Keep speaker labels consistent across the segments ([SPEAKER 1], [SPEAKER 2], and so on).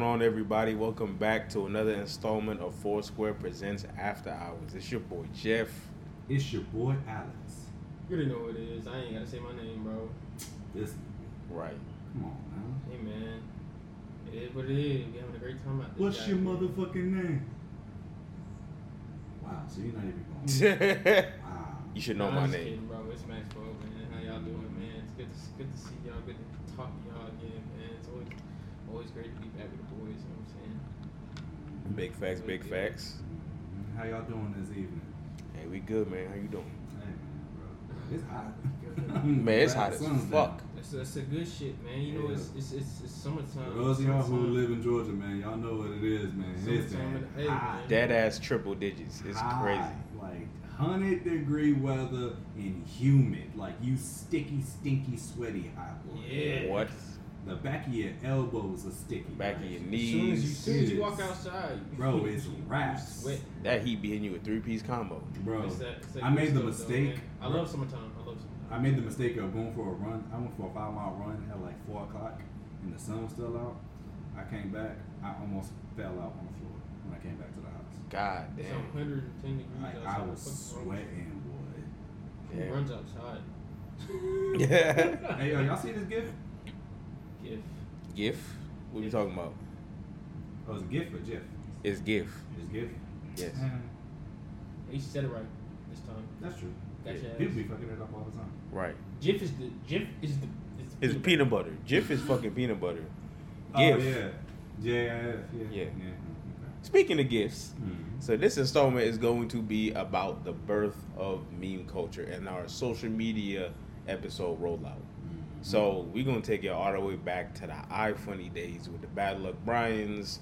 [SPEAKER 1] everybody. Welcome back to another installment of Foursquare Presents After Hours. It's your boy Jeff.
[SPEAKER 2] It's your boy Alex.
[SPEAKER 3] You already know what it is. I ain't gotta say my name, bro.
[SPEAKER 2] This
[SPEAKER 1] Right.
[SPEAKER 2] come on man.
[SPEAKER 3] Hey, man. It is what it is. We having a great time out there.
[SPEAKER 2] What's your motherfucking name? Wow, so you're not even going.
[SPEAKER 1] you
[SPEAKER 2] wow.
[SPEAKER 1] should know my name.
[SPEAKER 3] Kidding, bro. It's Maxwell, man. How y'all doing, man? It's good to, good to see y'all. Good to talk to y'all again, man. It's always always great to be back with the boys. You know what I'm saying?
[SPEAKER 1] Big facts, big facts.
[SPEAKER 2] Mhm. How y'all doing this evening?
[SPEAKER 1] Hey, we good, man. How you doing?
[SPEAKER 2] Hey man, bro. It's hot. Mm,
[SPEAKER 1] Man, it's hot as
[SPEAKER 2] Sun's
[SPEAKER 1] fuck.
[SPEAKER 2] down.
[SPEAKER 3] That's, that's the good shit, man. You know,
[SPEAKER 2] Yeah.
[SPEAKER 3] it's, it's it's it's summertime.
[SPEAKER 2] For those of y'all who
[SPEAKER 3] Summertime.
[SPEAKER 2] live in Georgia, man, y'all know what it is, man. It's
[SPEAKER 3] Summertime
[SPEAKER 2] been
[SPEAKER 3] in the- hey,
[SPEAKER 2] hot.
[SPEAKER 3] man.
[SPEAKER 1] Dead ass triple digits. It's
[SPEAKER 2] hot,
[SPEAKER 1] crazy.
[SPEAKER 2] Like hundred degree weather and humid. Like you sticky, stinky, sweaty hot boy.
[SPEAKER 3] Yeah.
[SPEAKER 1] What?
[SPEAKER 2] The back of your elbows are sticky.
[SPEAKER 1] Back of your
[SPEAKER 2] Like,
[SPEAKER 3] As soon as you, as
[SPEAKER 1] knees.
[SPEAKER 3] soon as you walk
[SPEAKER 2] Jeez.
[SPEAKER 3] outside, you-
[SPEAKER 2] Bro, it's
[SPEAKER 3] you
[SPEAKER 2] wraps.
[SPEAKER 3] Sweat.
[SPEAKER 1] That heat be hitting you with three piece combo.
[SPEAKER 2] Bro,
[SPEAKER 3] It's that- it's that
[SPEAKER 2] I
[SPEAKER 3] good
[SPEAKER 2] made the
[SPEAKER 3] stuff, though,
[SPEAKER 2] mistake.
[SPEAKER 3] man. I love summertime. I love summertime.
[SPEAKER 2] I made the mistake of going for a run. I went for a five mile run at like four o'clock, and the sun was still out. I came back. I almost fell out on the floor when I came back to the house.
[SPEAKER 1] God
[SPEAKER 3] It's like
[SPEAKER 1] damn.
[SPEAKER 3] 110 degrees
[SPEAKER 2] Like
[SPEAKER 3] outside.
[SPEAKER 2] I was
[SPEAKER 3] Fuck wrong with you?
[SPEAKER 2] sweating, boy.
[SPEAKER 3] Who
[SPEAKER 1] Yeah.
[SPEAKER 3] runs outside?
[SPEAKER 1] Yeah.
[SPEAKER 2] Hey, yo, y'all see this gift?
[SPEAKER 3] If
[SPEAKER 1] GIF? What we talking about?
[SPEAKER 2] Oh, it's a gift for Jeff.
[SPEAKER 1] It's GIF.
[SPEAKER 2] It's a gift.
[SPEAKER 1] Yes.
[SPEAKER 2] Eh,
[SPEAKER 3] he said it right this time.
[SPEAKER 2] that's true.
[SPEAKER 3] Got
[SPEAKER 1] Yeah.
[SPEAKER 3] your
[SPEAKER 2] People
[SPEAKER 3] ass.
[SPEAKER 2] be fucking it up all the time.
[SPEAKER 1] Right.
[SPEAKER 3] Jif is the Jif is the is
[SPEAKER 1] It's
[SPEAKER 3] peanut
[SPEAKER 1] peanut butter. GIF is fucking peanut butter.
[SPEAKER 2] Oh,
[SPEAKER 1] GIF.
[SPEAKER 2] yeah. JIF. Yeah.
[SPEAKER 1] Yeah.
[SPEAKER 2] yeah.
[SPEAKER 1] Speaking of gifts,
[SPEAKER 2] Okay. Mhm.
[SPEAKER 1] so this installment is going to be about the birth of meme culture and our social media episode rollout.
[SPEAKER 2] Mm-hmm.
[SPEAKER 1] So we're gonna take you all the way back to the iFunny days with the Bad Luck Brian's,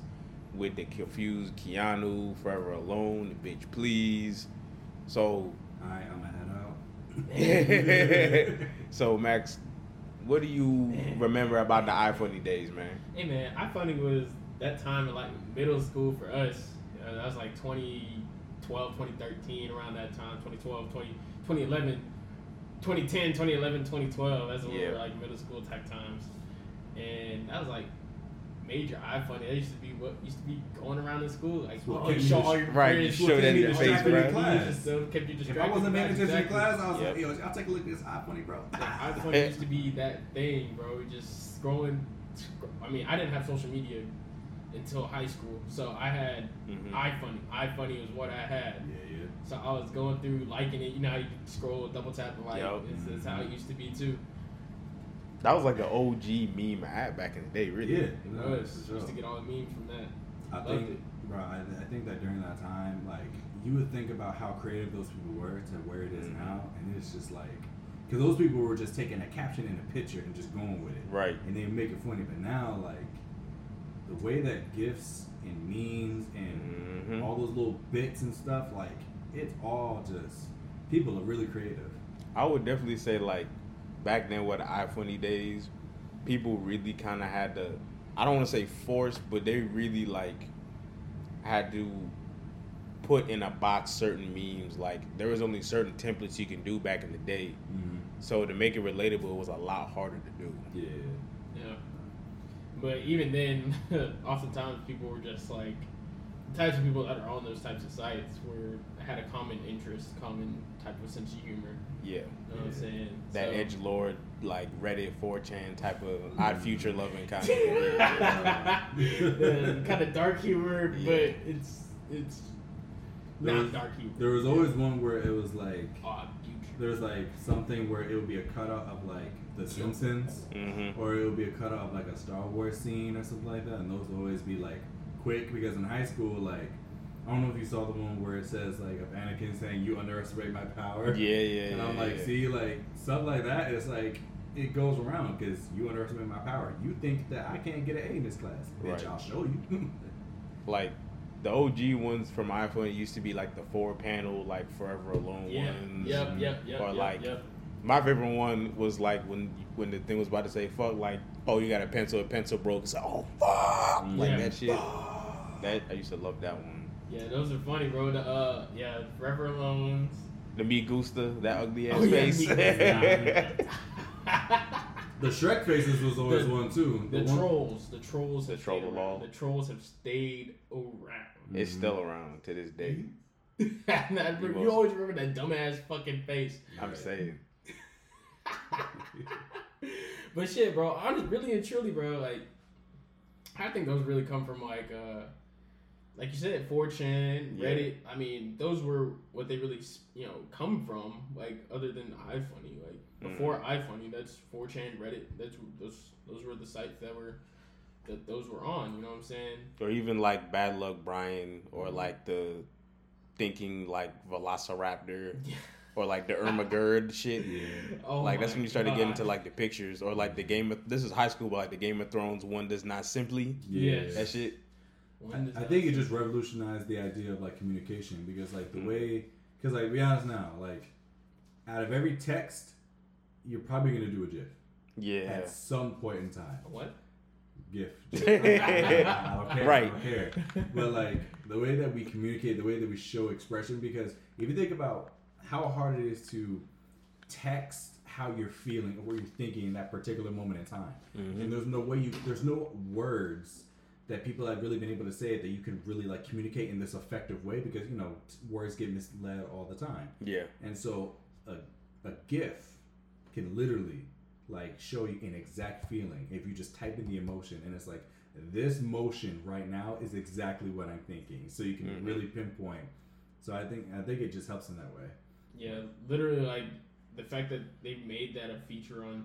[SPEAKER 1] with the confused Keanu, Forever Alone, the Bitch Please. So
[SPEAKER 2] All right, I'm gonna head out.
[SPEAKER 1] so Max, what do you remember about the iFunny days, man?
[SPEAKER 3] Hey man, I found it was that time in like middle school for us. Uh, that was like 2012, 2013, around that time, 2012, 20, 2011, 2010, 2011, 2012. That's when we
[SPEAKER 1] Yeah.
[SPEAKER 3] were like middle school type times. And that was like major iPhone. That used to be what used to be going around in school. Like,
[SPEAKER 2] It's what
[SPEAKER 3] oh, you
[SPEAKER 2] kept you
[SPEAKER 3] show
[SPEAKER 2] dis-
[SPEAKER 3] all your
[SPEAKER 1] right, you
[SPEAKER 3] friends.
[SPEAKER 1] show that in your face,
[SPEAKER 3] bro.
[SPEAKER 1] bruh.
[SPEAKER 3] kept you
[SPEAKER 2] If
[SPEAKER 3] distracted.
[SPEAKER 2] I wasn't paying
[SPEAKER 3] Right,
[SPEAKER 2] attention to
[SPEAKER 3] exactly.
[SPEAKER 2] class, I was
[SPEAKER 1] Yep.
[SPEAKER 2] like, yo, y'all take a look at this iPhone, bro.
[SPEAKER 3] Like,
[SPEAKER 1] Eh.
[SPEAKER 3] iPhone used to be that thing, bro. We Just scrolling. Sc- I mean, I didn't have social media until high school, so I had
[SPEAKER 1] Mhm.
[SPEAKER 3] iFunny. iFunny was what I had.
[SPEAKER 2] yeah.
[SPEAKER 3] So I was going through liking it. You know how you scroll, double tap, and like.
[SPEAKER 1] Yup.
[SPEAKER 3] It's, it's how it used to be too.
[SPEAKER 1] That was like an OG meme app back in the day, really.
[SPEAKER 2] Yeah,
[SPEAKER 3] It
[SPEAKER 2] no,
[SPEAKER 3] was.
[SPEAKER 2] for
[SPEAKER 3] Used to
[SPEAKER 2] sure.
[SPEAKER 3] get all the memes from that.
[SPEAKER 2] I
[SPEAKER 3] loved
[SPEAKER 2] think,
[SPEAKER 3] it.
[SPEAKER 2] bro, I, I think that during that time, like, you would think about how creative those people were to where it is
[SPEAKER 3] Mm-hmm.
[SPEAKER 1] Mhm.
[SPEAKER 2] now, and it's just like, because those people were just taking a caption and a picture and just going with it,
[SPEAKER 1] Right.
[SPEAKER 2] and they make it funny. But now, like, the way that gifs and memes and
[SPEAKER 3] Mm-hmm.
[SPEAKER 1] Mhm.
[SPEAKER 2] all those little bits and stuff, like, it's all just people are really creative.
[SPEAKER 1] I would definitely say like back then with the iFunny days, people really kind of had to. I don't want to say force, but they really like had to put in a box certain memes. Like there was only certain templates you can do back in the day,
[SPEAKER 2] Mm-hmm.
[SPEAKER 1] so to make it relatable was a lot harder to do.
[SPEAKER 2] Yeah.
[SPEAKER 3] Yeah. But even then, oftentimes people were just like the types of people that are on those types of sites were had a common interest, common type of sense of humor.
[SPEAKER 1] Yeah,
[SPEAKER 3] You know what I'm
[SPEAKER 2] Yeah.
[SPEAKER 3] saying?
[SPEAKER 1] that
[SPEAKER 3] So-
[SPEAKER 1] edge lord like Reddit 4chan type of odd future loving kind of.
[SPEAKER 2] Yeah.
[SPEAKER 3] kind of dark humor,
[SPEAKER 1] Yeah.
[SPEAKER 3] but it's it's
[SPEAKER 2] There
[SPEAKER 3] not
[SPEAKER 2] was-
[SPEAKER 3] dark humor.
[SPEAKER 2] There was always one where it was like
[SPEAKER 3] odd future.
[SPEAKER 2] there was like something where it would be a cutout of like The Simpsons,
[SPEAKER 1] Mm-hmm.
[SPEAKER 2] or it would be a cutout of like a Star Wars scene or something like that, and those would always be like quick because in high school, like I don't know if you saw the one where it says like of Anakin saying you underestimate my power,
[SPEAKER 1] Yeah, yeah.
[SPEAKER 2] and I'm
[SPEAKER 1] yeah,
[SPEAKER 2] like,
[SPEAKER 1] yeah.
[SPEAKER 2] see, like stuff like that, it's like it goes around because you underestimate my power. You think that I can't get an A in this class, bitch?
[SPEAKER 1] Right.
[SPEAKER 2] I'll show you.
[SPEAKER 1] like the OG ones from iPhone used to be like the four panel, like Forever Alone
[SPEAKER 3] Yeah.
[SPEAKER 1] ones.
[SPEAKER 3] Yep. Yep. Yep.
[SPEAKER 1] Or
[SPEAKER 3] yep,
[SPEAKER 1] like-
[SPEAKER 3] yep.
[SPEAKER 1] My favorite one was like when when the thing was about to say fuck, like oh you got a pencil, a pencil broke. It's like oh fuck, like
[SPEAKER 3] Yeah.
[SPEAKER 1] that shit. That I used to love that one.
[SPEAKER 3] Yeah, those are funny, bro. The uh, yeah, Forever Alone's.
[SPEAKER 1] The me Gusta, that ugly ass
[SPEAKER 3] Oh, yeah,
[SPEAKER 1] face.
[SPEAKER 3] Me Gusta.
[SPEAKER 2] The Shrek faces was always
[SPEAKER 3] The-
[SPEAKER 2] one too.
[SPEAKER 3] The
[SPEAKER 2] one-
[SPEAKER 3] trolls, the trolls have
[SPEAKER 1] Troll
[SPEAKER 3] stayed around.
[SPEAKER 1] ball.
[SPEAKER 3] The trolls have stayed around.
[SPEAKER 1] It's still around to this day.
[SPEAKER 3] Mm-hmm. And I remember-
[SPEAKER 1] will.
[SPEAKER 3] you always remember that dumbass fucking face.
[SPEAKER 1] I'm
[SPEAKER 2] Right.
[SPEAKER 1] saying.
[SPEAKER 3] but shit, bro, honest, really and truly, bro, like I think those really come from like uh like you said, 4chan,
[SPEAKER 1] Yeah.
[SPEAKER 3] Reddit. I mean, those were what they really you know come from. Like other than iFunny, like
[SPEAKER 1] Mm.
[SPEAKER 3] before iFunny, that's 4chan, Reddit. That's those those were the sites that were that those were on. You know what I'm saying?
[SPEAKER 1] Or even like Bad Luck Brian or like the thinking like Velociraptor or like the Ermagerd shit.
[SPEAKER 3] Oh
[SPEAKER 1] like that's
[SPEAKER 3] my
[SPEAKER 1] when you started getting into
[SPEAKER 3] God.
[SPEAKER 1] like the pictures or like the Game of this is high school, but like the Game of Thrones one does not simply
[SPEAKER 3] Yes.
[SPEAKER 1] that shit.
[SPEAKER 3] When
[SPEAKER 2] I, I
[SPEAKER 3] does
[SPEAKER 2] think
[SPEAKER 3] that-
[SPEAKER 2] it just revolutionized the idea of like communication because like the way because like be honest now like out of every text you're probably gonna do a GIF
[SPEAKER 1] Yeah.
[SPEAKER 2] at some point in time
[SPEAKER 3] what?
[SPEAKER 2] GIF. I don't care, I
[SPEAKER 1] Right.
[SPEAKER 2] don't care. But like the way that we communicate, the way that we show expression, because if you think about how hard it is to text how you're feeling or what you're thinking in that particular moment in time, and there's no way you, there's no words that people have really been able to say it that you can really like communicate in this effective way because you know t- words get misled all the time.
[SPEAKER 1] Yeah.
[SPEAKER 2] And so a, a GIF can literally like show you an exact feeling if you just type in the emotion and it's like this motion right now is exactly what I'm thinking. So you can
[SPEAKER 1] Mhm.
[SPEAKER 2] really pinpoint. So I think I think it just helps in that way.
[SPEAKER 3] Yeah, literally, like the fact that they made that a feature on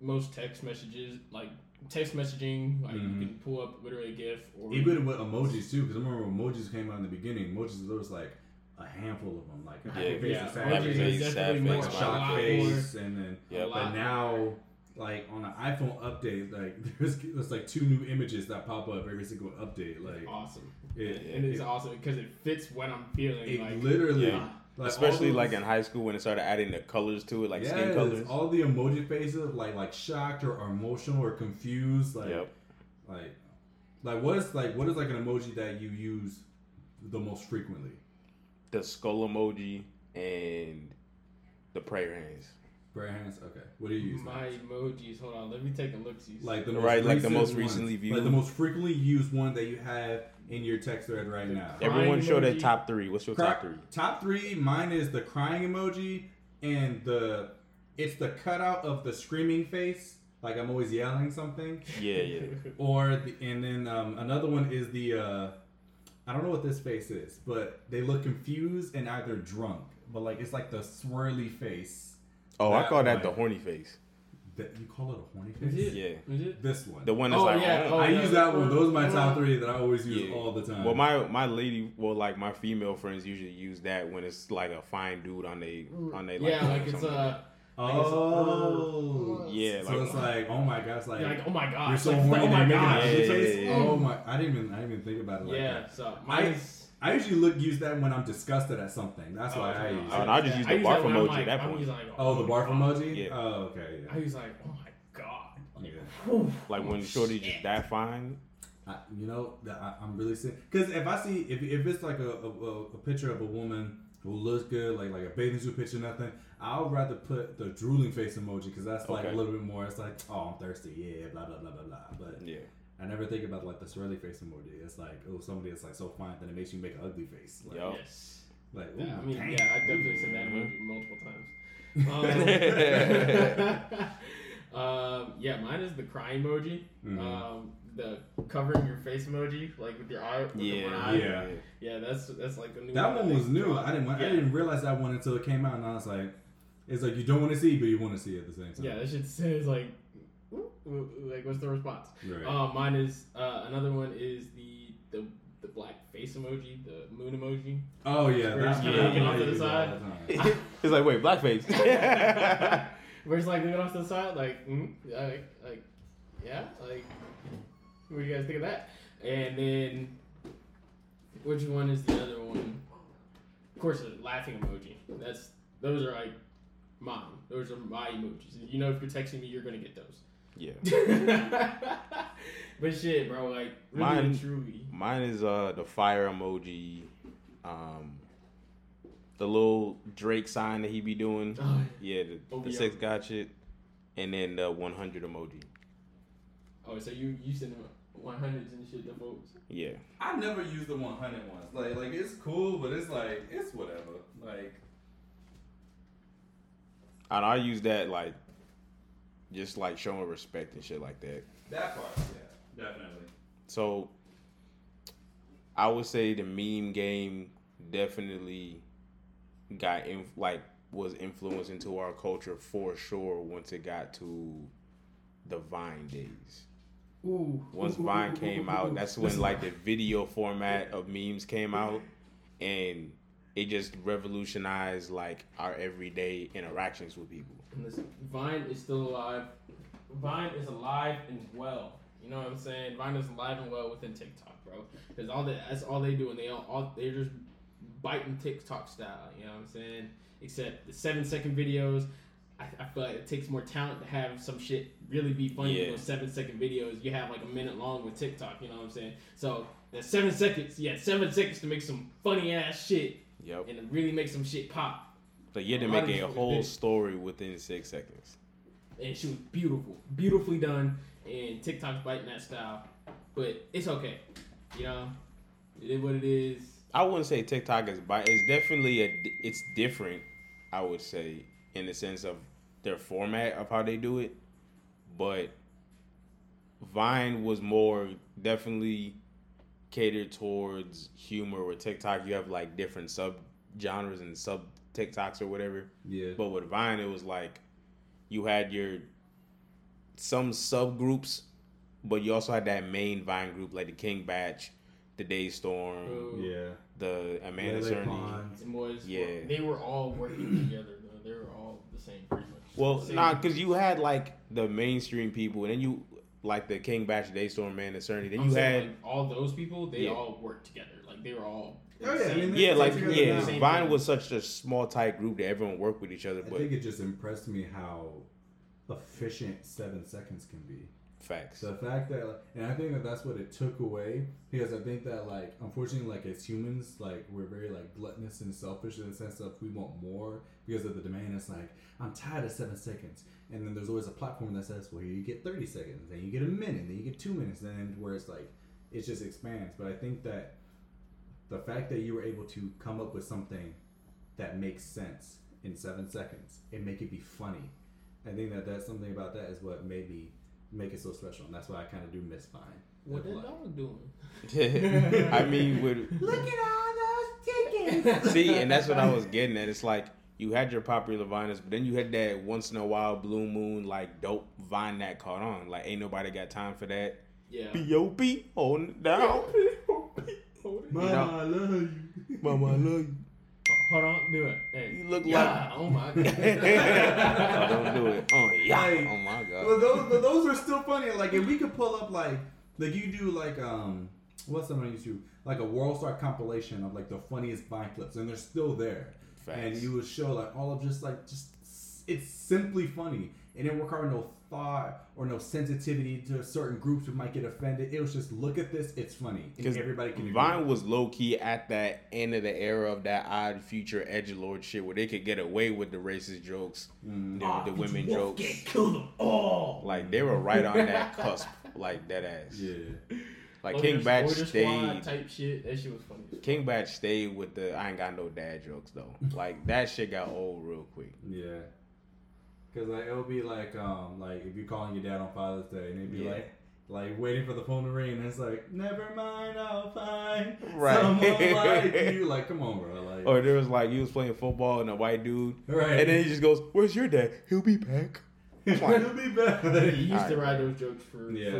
[SPEAKER 3] most text messages, like text messaging, like
[SPEAKER 2] Mhm.
[SPEAKER 3] you can pull up literally a GIF or
[SPEAKER 2] Even with emojis too, because I remember when emojis came out in the beginning. Emojis there was like a handful of them, like a happy
[SPEAKER 1] Yeah.
[SPEAKER 2] face,
[SPEAKER 3] yeah,
[SPEAKER 2] a
[SPEAKER 1] emojis
[SPEAKER 2] sad
[SPEAKER 3] emojis
[SPEAKER 2] face,
[SPEAKER 1] is
[SPEAKER 3] is
[SPEAKER 1] sad
[SPEAKER 3] definitely
[SPEAKER 1] face,
[SPEAKER 3] more
[SPEAKER 2] a
[SPEAKER 1] smiley
[SPEAKER 2] shock
[SPEAKER 3] shock
[SPEAKER 2] face, and then
[SPEAKER 3] a
[SPEAKER 1] Yep.
[SPEAKER 3] lot
[SPEAKER 2] But now, like on an iPhone update, like there's, there's like two new images that pop up every single update. Like
[SPEAKER 3] more awesome,
[SPEAKER 2] it,
[SPEAKER 1] Yeah.
[SPEAKER 3] and it's awesome because it fits what I'm feeling.
[SPEAKER 2] it
[SPEAKER 3] like
[SPEAKER 2] literally,
[SPEAKER 1] Yeah.
[SPEAKER 2] like,
[SPEAKER 1] Especially
[SPEAKER 2] all
[SPEAKER 1] like
[SPEAKER 2] those-
[SPEAKER 1] in high school when it started adding the colors to it, like skin
[SPEAKER 2] Yes,
[SPEAKER 1] colors.
[SPEAKER 2] all the emoji faces, of, like like shocked or, or emotional or confused, like
[SPEAKER 1] Yep.
[SPEAKER 2] like like what is like what is like an emoji that you use the most frequently?
[SPEAKER 1] The skull emoji and the prayer hands.
[SPEAKER 2] Prayer hands. Okay, what do you use?
[SPEAKER 3] my emojis. Hold on, let me take a look. See,
[SPEAKER 2] like the
[SPEAKER 1] Right, like the
[SPEAKER 2] recent
[SPEAKER 1] most
[SPEAKER 2] ones.
[SPEAKER 1] recently viewed.
[SPEAKER 2] like the most frequently used one that you have in your text thread right now.
[SPEAKER 1] Everyone show their
[SPEAKER 3] emoji.
[SPEAKER 1] top three. What's your
[SPEAKER 2] Cry-
[SPEAKER 1] top three?
[SPEAKER 2] Top three. Mine is the crying emoji and the it's the cutout of the screaming face, like I'm always yelling something.
[SPEAKER 1] Yeah, yeah.
[SPEAKER 2] Or the, and then um, another one is the uh, I don't know what this face is, but they look confused and either drunk, but like it's like the swirly face.
[SPEAKER 1] Oh, I
[SPEAKER 2] That
[SPEAKER 1] call that
[SPEAKER 2] one.
[SPEAKER 1] the horny face.
[SPEAKER 2] That you call it a horny
[SPEAKER 3] Is
[SPEAKER 2] face?
[SPEAKER 3] it?
[SPEAKER 1] Yeah.
[SPEAKER 3] Is it?
[SPEAKER 2] This one.
[SPEAKER 1] The one that's
[SPEAKER 3] Oh,
[SPEAKER 1] like,
[SPEAKER 3] yeah.
[SPEAKER 1] "Oh,
[SPEAKER 3] Oh,
[SPEAKER 2] I
[SPEAKER 3] yeah.
[SPEAKER 2] use that one. Those are my top three that I always use
[SPEAKER 1] Yeah.
[SPEAKER 2] all the time.
[SPEAKER 1] Well, my my lady, well, like my female friends usually use that when it's like a fine dude on they on they like
[SPEAKER 3] yeah, like it's
[SPEAKER 1] something.
[SPEAKER 3] uh,
[SPEAKER 2] oh.
[SPEAKER 3] uh,
[SPEAKER 1] yeah,
[SPEAKER 2] So
[SPEAKER 1] like,
[SPEAKER 2] it's like, oh my gosh, like,
[SPEAKER 3] you're like oh my god,
[SPEAKER 2] You're so
[SPEAKER 3] like,
[SPEAKER 2] horny.
[SPEAKER 3] oh
[SPEAKER 2] they're
[SPEAKER 3] my
[SPEAKER 2] making
[SPEAKER 3] god,
[SPEAKER 2] that shit
[SPEAKER 1] Yeah, yeah,
[SPEAKER 2] taste-
[SPEAKER 1] yeah.
[SPEAKER 2] Oh my! I didn't even I didn't even think about it like
[SPEAKER 3] yeah.
[SPEAKER 2] that.
[SPEAKER 3] So
[SPEAKER 2] I-
[SPEAKER 3] mine's.
[SPEAKER 2] I usually look use that when I'm disgusted at something. That's
[SPEAKER 3] Oh,
[SPEAKER 2] why
[SPEAKER 3] no,
[SPEAKER 2] I use.
[SPEAKER 1] Oh,
[SPEAKER 2] it.
[SPEAKER 1] no, I just use the
[SPEAKER 3] that
[SPEAKER 1] barf
[SPEAKER 3] when
[SPEAKER 1] emoji
[SPEAKER 3] I'm
[SPEAKER 1] at
[SPEAKER 3] like-
[SPEAKER 1] that
[SPEAKER 3] I'm
[SPEAKER 1] point.
[SPEAKER 3] just like,
[SPEAKER 2] Oh, the barf
[SPEAKER 3] God.
[SPEAKER 2] emoji.
[SPEAKER 1] Yeah.
[SPEAKER 2] Oh, okay.
[SPEAKER 3] I
[SPEAKER 2] Yeah.
[SPEAKER 3] was like, oh my god. Like,
[SPEAKER 2] Yeah.
[SPEAKER 3] whew. Oh,
[SPEAKER 1] like when shorty just that fine.
[SPEAKER 2] I, you know, that I, I'm really sick because if I see if, if it's like a, a, a, a picture of a woman who looks good, like like a bathing suit picture, nothing, I'll rather put the drooling face emoji because that's like
[SPEAKER 1] Okay.
[SPEAKER 2] a little bit more. It's like, oh, I'm thirsty. Yeah, blah blah blah blah blah. But
[SPEAKER 1] Yeah,
[SPEAKER 2] I never think about like the swirly face emoji. It's like, oh, somebody is like so fine that it makes you make an ugly face. Like,
[SPEAKER 1] Yup.
[SPEAKER 3] Yes.
[SPEAKER 2] like ooh,
[SPEAKER 3] Yeah, I mean,
[SPEAKER 2] damn.
[SPEAKER 3] yeah, I definitely said that emoji multiple
[SPEAKER 1] Mm-hmm.
[SPEAKER 3] times. Um, um, yeah, mine is the cry emoji.
[SPEAKER 2] Mhm.
[SPEAKER 3] Um, the covering your face emoji, like with your eye. With
[SPEAKER 1] yeah,
[SPEAKER 3] The one
[SPEAKER 1] yeah,
[SPEAKER 3] eye.
[SPEAKER 2] yeah.
[SPEAKER 3] Yeah, that's that's like the new.
[SPEAKER 2] That one was
[SPEAKER 3] they
[SPEAKER 2] new.
[SPEAKER 3] dropped.
[SPEAKER 2] I didn't. Want,
[SPEAKER 3] Yeah.
[SPEAKER 2] I didn't realize that one until it came out, and I was like, "It's like you don't want to see, but you want to see at the same time."
[SPEAKER 3] Yeah, that shit says like, ooh, ooh, like what's the response?
[SPEAKER 2] Right.
[SPEAKER 3] Uh, mine is uh, another one is the the the black face emoji, the moon emoji.
[SPEAKER 2] oh yeah.
[SPEAKER 3] We're just
[SPEAKER 2] That,
[SPEAKER 1] kinda looking
[SPEAKER 2] I
[SPEAKER 3] off to the
[SPEAKER 2] use that
[SPEAKER 3] side.
[SPEAKER 2] all the time.
[SPEAKER 1] it's like wait, blackface.
[SPEAKER 3] We're just like looking off to the side, like, mm, yeah, like, like, yeah, like, what do you guys think of that? And then, which one is the other one? Of course, the laughing emoji. That's those are like mine. Those are my emojis. You know, if you're texting me, you're gonna get
[SPEAKER 1] yeah,
[SPEAKER 3] those. but shit, bro, like really
[SPEAKER 1] Mine-
[SPEAKER 3] and truly,
[SPEAKER 1] mine is uh the fire emoji, um, the little Drake sign that he be doing.
[SPEAKER 3] Oh,
[SPEAKER 1] Yeah, the,
[SPEAKER 3] Oh,
[SPEAKER 1] the
[SPEAKER 3] yeah.
[SPEAKER 1] sex god shit. and then the 100 emoji.
[SPEAKER 3] Oh, so you you send them 100s and shit to folks.
[SPEAKER 1] Yeah.
[SPEAKER 4] I never use the 100 ones. Like, like it's cool, but it's like it's whatever. Like,
[SPEAKER 1] And I use that like just like showing respect and shit like that.
[SPEAKER 4] That part, yeah, definitely.
[SPEAKER 1] So I would say the meme game definitely got in like was influenced into our culture for sure once it got to the Vine days.
[SPEAKER 3] Ooh.
[SPEAKER 1] Once Vine came out, that's when like the video format of memes came out and it just revolutionized like our everyday interactions with people.
[SPEAKER 3] And Listen, Vine is still alive. Vine is alive and well. You know what I'm saying? Vine is alive and well within TikTok, bro. Because all that that's all they do, and they all, all they're just biting TikTok style. You know what I'm saying? Except the seven second videos. I, I feel like it takes more talent to have some shit really be funny
[SPEAKER 1] Yeah.
[SPEAKER 3] with seven second videos. You have like a minute long with TikTok. You know what I'm saying? So that's seven seconds. Yeah, seven seconds to make some funny ass shit
[SPEAKER 1] Yep.
[SPEAKER 3] and to really make some shit pop.
[SPEAKER 1] So you had to
[SPEAKER 3] A lot
[SPEAKER 1] make
[SPEAKER 3] of
[SPEAKER 1] a
[SPEAKER 3] shit was
[SPEAKER 1] whole
[SPEAKER 3] big.
[SPEAKER 1] story within six seconds.
[SPEAKER 3] and she was beautiful, beautifully done. And TikTok's biting that style, but it's okay. You know, it is what it is.
[SPEAKER 1] I wouldn't say TikTok is bi. It's definitely a. di- It's different. I would say in the sense of their format of how they do it, but Vine was more definitely catered towards humor. Where TikTok, you have like different sub genres and sub TikToks or whatever.
[SPEAKER 2] Yeah.
[SPEAKER 1] But with Vine, it was like you had your some subgroups, but you also had that main Vine group like the King Batch, the Day Storm
[SPEAKER 3] Bro,
[SPEAKER 2] yeah.
[SPEAKER 1] the Amanda
[SPEAKER 2] Lele
[SPEAKER 1] Cerny.
[SPEAKER 2] Pons.
[SPEAKER 3] Them boys were-
[SPEAKER 1] Yeah.
[SPEAKER 3] they were all working together. Though. They were all the same, pretty much.
[SPEAKER 1] Well,
[SPEAKER 3] Same.
[SPEAKER 1] nah, because you had like the mainstream people, and then you like the King Batch, Daystorm, Amanda Cerny. Then
[SPEAKER 3] I'm
[SPEAKER 1] you
[SPEAKER 3] saying,
[SPEAKER 1] had
[SPEAKER 3] like, all those people. They
[SPEAKER 1] Yeah.
[SPEAKER 3] all worked together. Like they were all.
[SPEAKER 2] Oh, yeah, I
[SPEAKER 3] same.
[SPEAKER 2] mean, they-
[SPEAKER 1] yeah, like
[SPEAKER 2] together
[SPEAKER 1] yeah,
[SPEAKER 2] now.
[SPEAKER 3] Same
[SPEAKER 1] Vine
[SPEAKER 3] thing.
[SPEAKER 1] was such a small tight group that everyone worked with each other.
[SPEAKER 2] I
[SPEAKER 1] But
[SPEAKER 2] think it just impressed me how efficient seven seconds can be.
[SPEAKER 1] facts,
[SPEAKER 2] The fact that, like, and I think that that's what it took away because I think that, like, unfortunately, like as humans, like we're very like gluttonous and selfish in the sense of we want more because of the demand. It's like I'm tired of seven seconds, and then there's always a platform that says, well, here you get thirty seconds, then you get a minute, then you get two minutes, then where it's like it just expands. But I think that the fact that you were able to come up with something that makes sense in seven seconds and make it be funny, I think that that's something about that is what made me make it so special, and that's why I kind of do miss Vine.
[SPEAKER 3] What
[SPEAKER 2] Of
[SPEAKER 3] that
[SPEAKER 2] like-
[SPEAKER 3] dog doing?
[SPEAKER 1] I mean, with
[SPEAKER 2] Look at all those chickens.
[SPEAKER 1] see, and that's what I was getting at. It's like you had your popular viners, but then you had that once in a while blue moon like dope vine that caught on. Like ain't nobody got time for that.
[SPEAKER 3] Yeah.
[SPEAKER 1] B.O.B. on down.
[SPEAKER 3] Hold
[SPEAKER 2] Mama, I love you.
[SPEAKER 1] Mama, I love you.
[SPEAKER 3] on, do it. Hey.
[SPEAKER 1] You look
[SPEAKER 3] yeah. Oh my
[SPEAKER 1] oh,
[SPEAKER 3] god.
[SPEAKER 1] don't do it. Oh yeah.
[SPEAKER 2] Like,
[SPEAKER 1] oh my god.
[SPEAKER 2] Well, those but those are still funny. Like if we could pull up like like you do like um what's something on YouTube like a World Star compilation of like the funniest Vine clips, and they're still there.
[SPEAKER 1] Facts.
[SPEAKER 2] And you would show like all of just like just s- it's simply funny. It didn't require no thought or no sensitivity to certain groups who might get offended. It was just look at this, it's funny, and
[SPEAKER 1] 'Cause
[SPEAKER 2] everybody can. agree.
[SPEAKER 1] Vine was low key at that end of the era of that odd future edge lord shit where they could get away with the racist jokes,
[SPEAKER 2] Mm.
[SPEAKER 1] the, the women jokes.
[SPEAKER 3] Kill them all.
[SPEAKER 1] Like they were right on that cusp, like that ass.
[SPEAKER 2] Yeah,
[SPEAKER 1] Like
[SPEAKER 3] Loaders-
[SPEAKER 1] King Batch
[SPEAKER 3] Loaders Squad
[SPEAKER 1] stayed.
[SPEAKER 3] type shit. That shit was funny. as
[SPEAKER 1] King Batch stayed with the I ain't got no dad jokes though. Like that shit got old real quick.
[SPEAKER 2] yeah. Cause like it'll be like um like if you're calling your dad on Father's Day and it'd be
[SPEAKER 1] Yeah.
[SPEAKER 2] like like waiting for the phone to ring and it's like never mind I'll find
[SPEAKER 1] Right.
[SPEAKER 2] someone like you like come on bro like
[SPEAKER 1] Or there was like you was playing football and a white dude,
[SPEAKER 2] right
[SPEAKER 1] and then he just goes, "Where's your dad? He'll be back."
[SPEAKER 2] it'll be better
[SPEAKER 3] He used
[SPEAKER 1] Alright.
[SPEAKER 3] to ride those jokes for
[SPEAKER 2] Yeah.
[SPEAKER 3] for-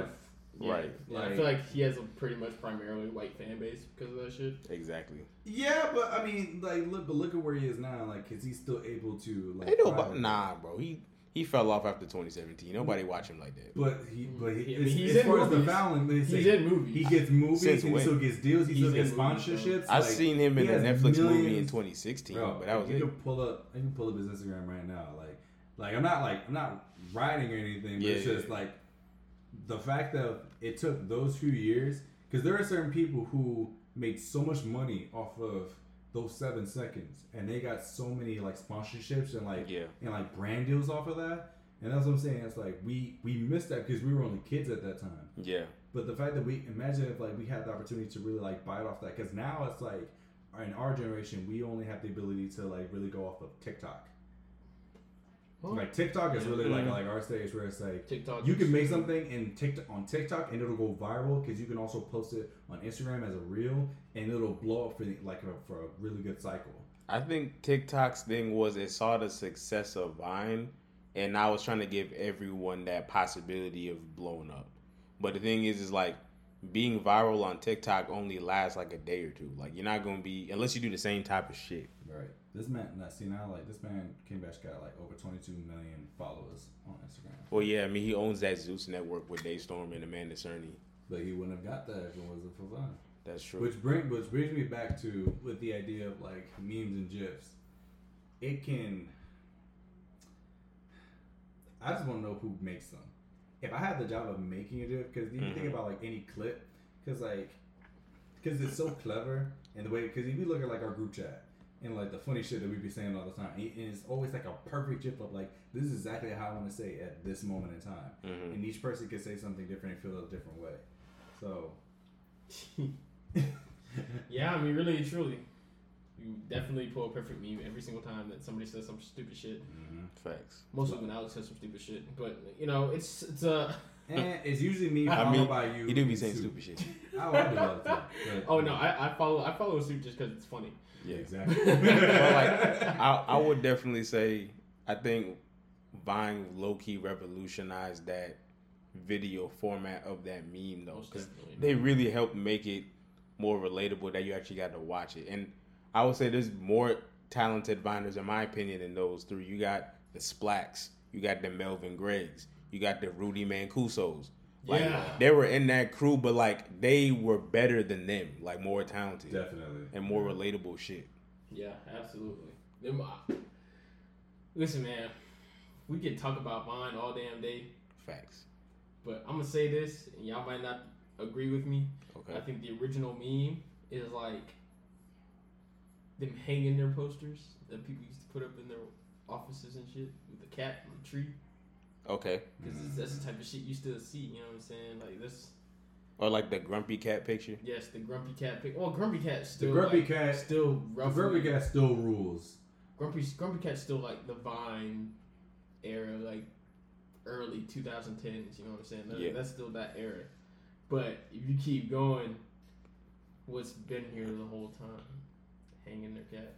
[SPEAKER 3] yeah.
[SPEAKER 1] Right.
[SPEAKER 3] Yeah, I feel like he has a pretty much primarily white fan base because of that shit.
[SPEAKER 1] Exactly.
[SPEAKER 2] yeah but I mean like look but look at where he is now like is he still able to like
[SPEAKER 1] Ain't nobody,
[SPEAKER 2] private-
[SPEAKER 1] nah, bro. He he fell off after 2017. Nobody watch him like that.
[SPEAKER 2] but he but he,
[SPEAKER 3] Yeah, but
[SPEAKER 2] as-
[SPEAKER 3] he's
[SPEAKER 2] as
[SPEAKER 3] in
[SPEAKER 2] far as the
[SPEAKER 3] movies.
[SPEAKER 2] Fallon they
[SPEAKER 3] He's
[SPEAKER 2] say
[SPEAKER 3] in movies.
[SPEAKER 2] he gets movies
[SPEAKER 1] Since
[SPEAKER 2] and he
[SPEAKER 1] when?
[SPEAKER 2] still gets deals he
[SPEAKER 3] He's
[SPEAKER 2] still gets
[SPEAKER 3] in movies, though.
[SPEAKER 2] sponsorships
[SPEAKER 1] I
[SPEAKER 2] like,
[SPEAKER 1] seen him in
[SPEAKER 2] he
[SPEAKER 1] a
[SPEAKER 2] has
[SPEAKER 1] Netflix movie in
[SPEAKER 2] millions-
[SPEAKER 1] 2016,
[SPEAKER 2] Bro,
[SPEAKER 1] but that was
[SPEAKER 2] you
[SPEAKER 1] it.
[SPEAKER 2] can pull up. I can pull up his Instagram right now. Like, like I'm not like I'm not writing or anything. But
[SPEAKER 1] Yeah,
[SPEAKER 2] it's
[SPEAKER 1] yeah,
[SPEAKER 2] just
[SPEAKER 1] yeah.
[SPEAKER 2] like the fact that it took those few years because there are certain people who made so much money off of those seven seconds, and they got so many like sponsorships and like
[SPEAKER 1] Yeah.
[SPEAKER 2] and like brand deals off of that. And that's what I'm saying. It's like we we missed that because we were only kids at that time.
[SPEAKER 1] Yeah.
[SPEAKER 2] But the fact that we imagine if like we had the opportunity to really like bite off that because now it's like in our generation we only have the ability to like really go off of TikTok. Like TikTok is really like
[SPEAKER 3] Yeah.
[SPEAKER 2] like our stage where it's like
[SPEAKER 3] TikTok.
[SPEAKER 2] you can make something in TikTok on TikTok and it'll go viral because you can also post it on Instagram as a reel and it'll blow up for the, like for- for a really good cycle.
[SPEAKER 1] I think TikTok's thing was it saw the success of Vine, and I was trying to give everyone that possibility of blowing up. But the thing is, is like being viral on TikTok only lasts like a day or two. Like you're not gonna be unless you do the same type of shit.
[SPEAKER 2] Right. This man, now see now like this man Kim Bash got like over 22 million followers on Instagram,
[SPEAKER 1] Well, yeah, I mean he owns that Zeus network with Dave Storm and Amanda Cerny.
[SPEAKER 2] but he wouldn't have got that if it wasn't for Vine.
[SPEAKER 1] That's true.
[SPEAKER 2] Which bring which brings me back to with the idea of like memes and gifs. It can. I just want to know who makes them. If I had the job of making a gif, because you think
[SPEAKER 1] Mhm.
[SPEAKER 2] about like any clip, because like, because it's so clever and the way because if you look at like our group chat and like the funny shit that we be saying all the time, and it's always like a perfect gif of like this is exactly how I want to say it at this moment in time,
[SPEAKER 1] Mhm.
[SPEAKER 2] and each person can say something different and feel it a different way. So
[SPEAKER 3] yeah, I mean, really, and truly, you definitely pull a perfect meme every single time that somebody says some stupid shit.
[SPEAKER 1] Facts.
[SPEAKER 3] Mostly when Alex says some stupid shit, but you know, it's it's uh, a.
[SPEAKER 2] And Eh, it's usually me
[SPEAKER 1] I
[SPEAKER 2] followed
[SPEAKER 1] mean,
[SPEAKER 2] by you.
[SPEAKER 1] He do be
[SPEAKER 2] and
[SPEAKER 1] saying
[SPEAKER 2] Sue.
[SPEAKER 1] stupid shit.
[SPEAKER 2] Oh, I do all the time. but-
[SPEAKER 3] Oh no, I, I follow I follow suit just because it's funny.
[SPEAKER 1] Yeah.
[SPEAKER 2] exactly.
[SPEAKER 1] But, I, I would definitely say I think Vine low key revolutionized that video format of that meme though.
[SPEAKER 3] Most
[SPEAKER 1] 'cause
[SPEAKER 3] definitely.
[SPEAKER 1] They really helped make it more relatable that you actually got to watch it. And I would say there's more talented Viners in my opinion than those three. You got the Splacks, you got the Melvin Greggs, you got the Rudy Mancusos. Like
[SPEAKER 3] Yeah.
[SPEAKER 1] they were in that crew, but like they were better than them, like more talented
[SPEAKER 2] Definitely.
[SPEAKER 1] and more relatable shit.
[SPEAKER 3] Yeah, absolutely. Them, uh, listen, man, we could talk about Vine all damn day,
[SPEAKER 1] Facts.
[SPEAKER 3] but I'm gonna say this, and y'all might not agree with me.
[SPEAKER 1] Okay.
[SPEAKER 3] I think the original meme is like them hanging their posters that people used to put up in their offices and shit with the cat on the tree
[SPEAKER 1] Okay.
[SPEAKER 3] because that's the
[SPEAKER 2] Mm-hmm.
[SPEAKER 3] type of shit you still see. You know what I'm saying? Like this,
[SPEAKER 1] Or like the grumpy cat picture.
[SPEAKER 3] yes, the grumpy cat pic. Well, grumpy cat
[SPEAKER 2] The
[SPEAKER 3] still
[SPEAKER 2] Grumpy
[SPEAKER 3] like,
[SPEAKER 2] Cat.
[SPEAKER 3] still
[SPEAKER 2] The
[SPEAKER 3] roughly,
[SPEAKER 2] Grumpy Cat still rules.
[SPEAKER 3] Grumpy Grumpy Cat's still like the Vine era, like early 2010s. You know what I'm saying? That-
[SPEAKER 1] Yeah.
[SPEAKER 3] That's still that era. But if you keep going, what's been here the whole time? Hanging their cat,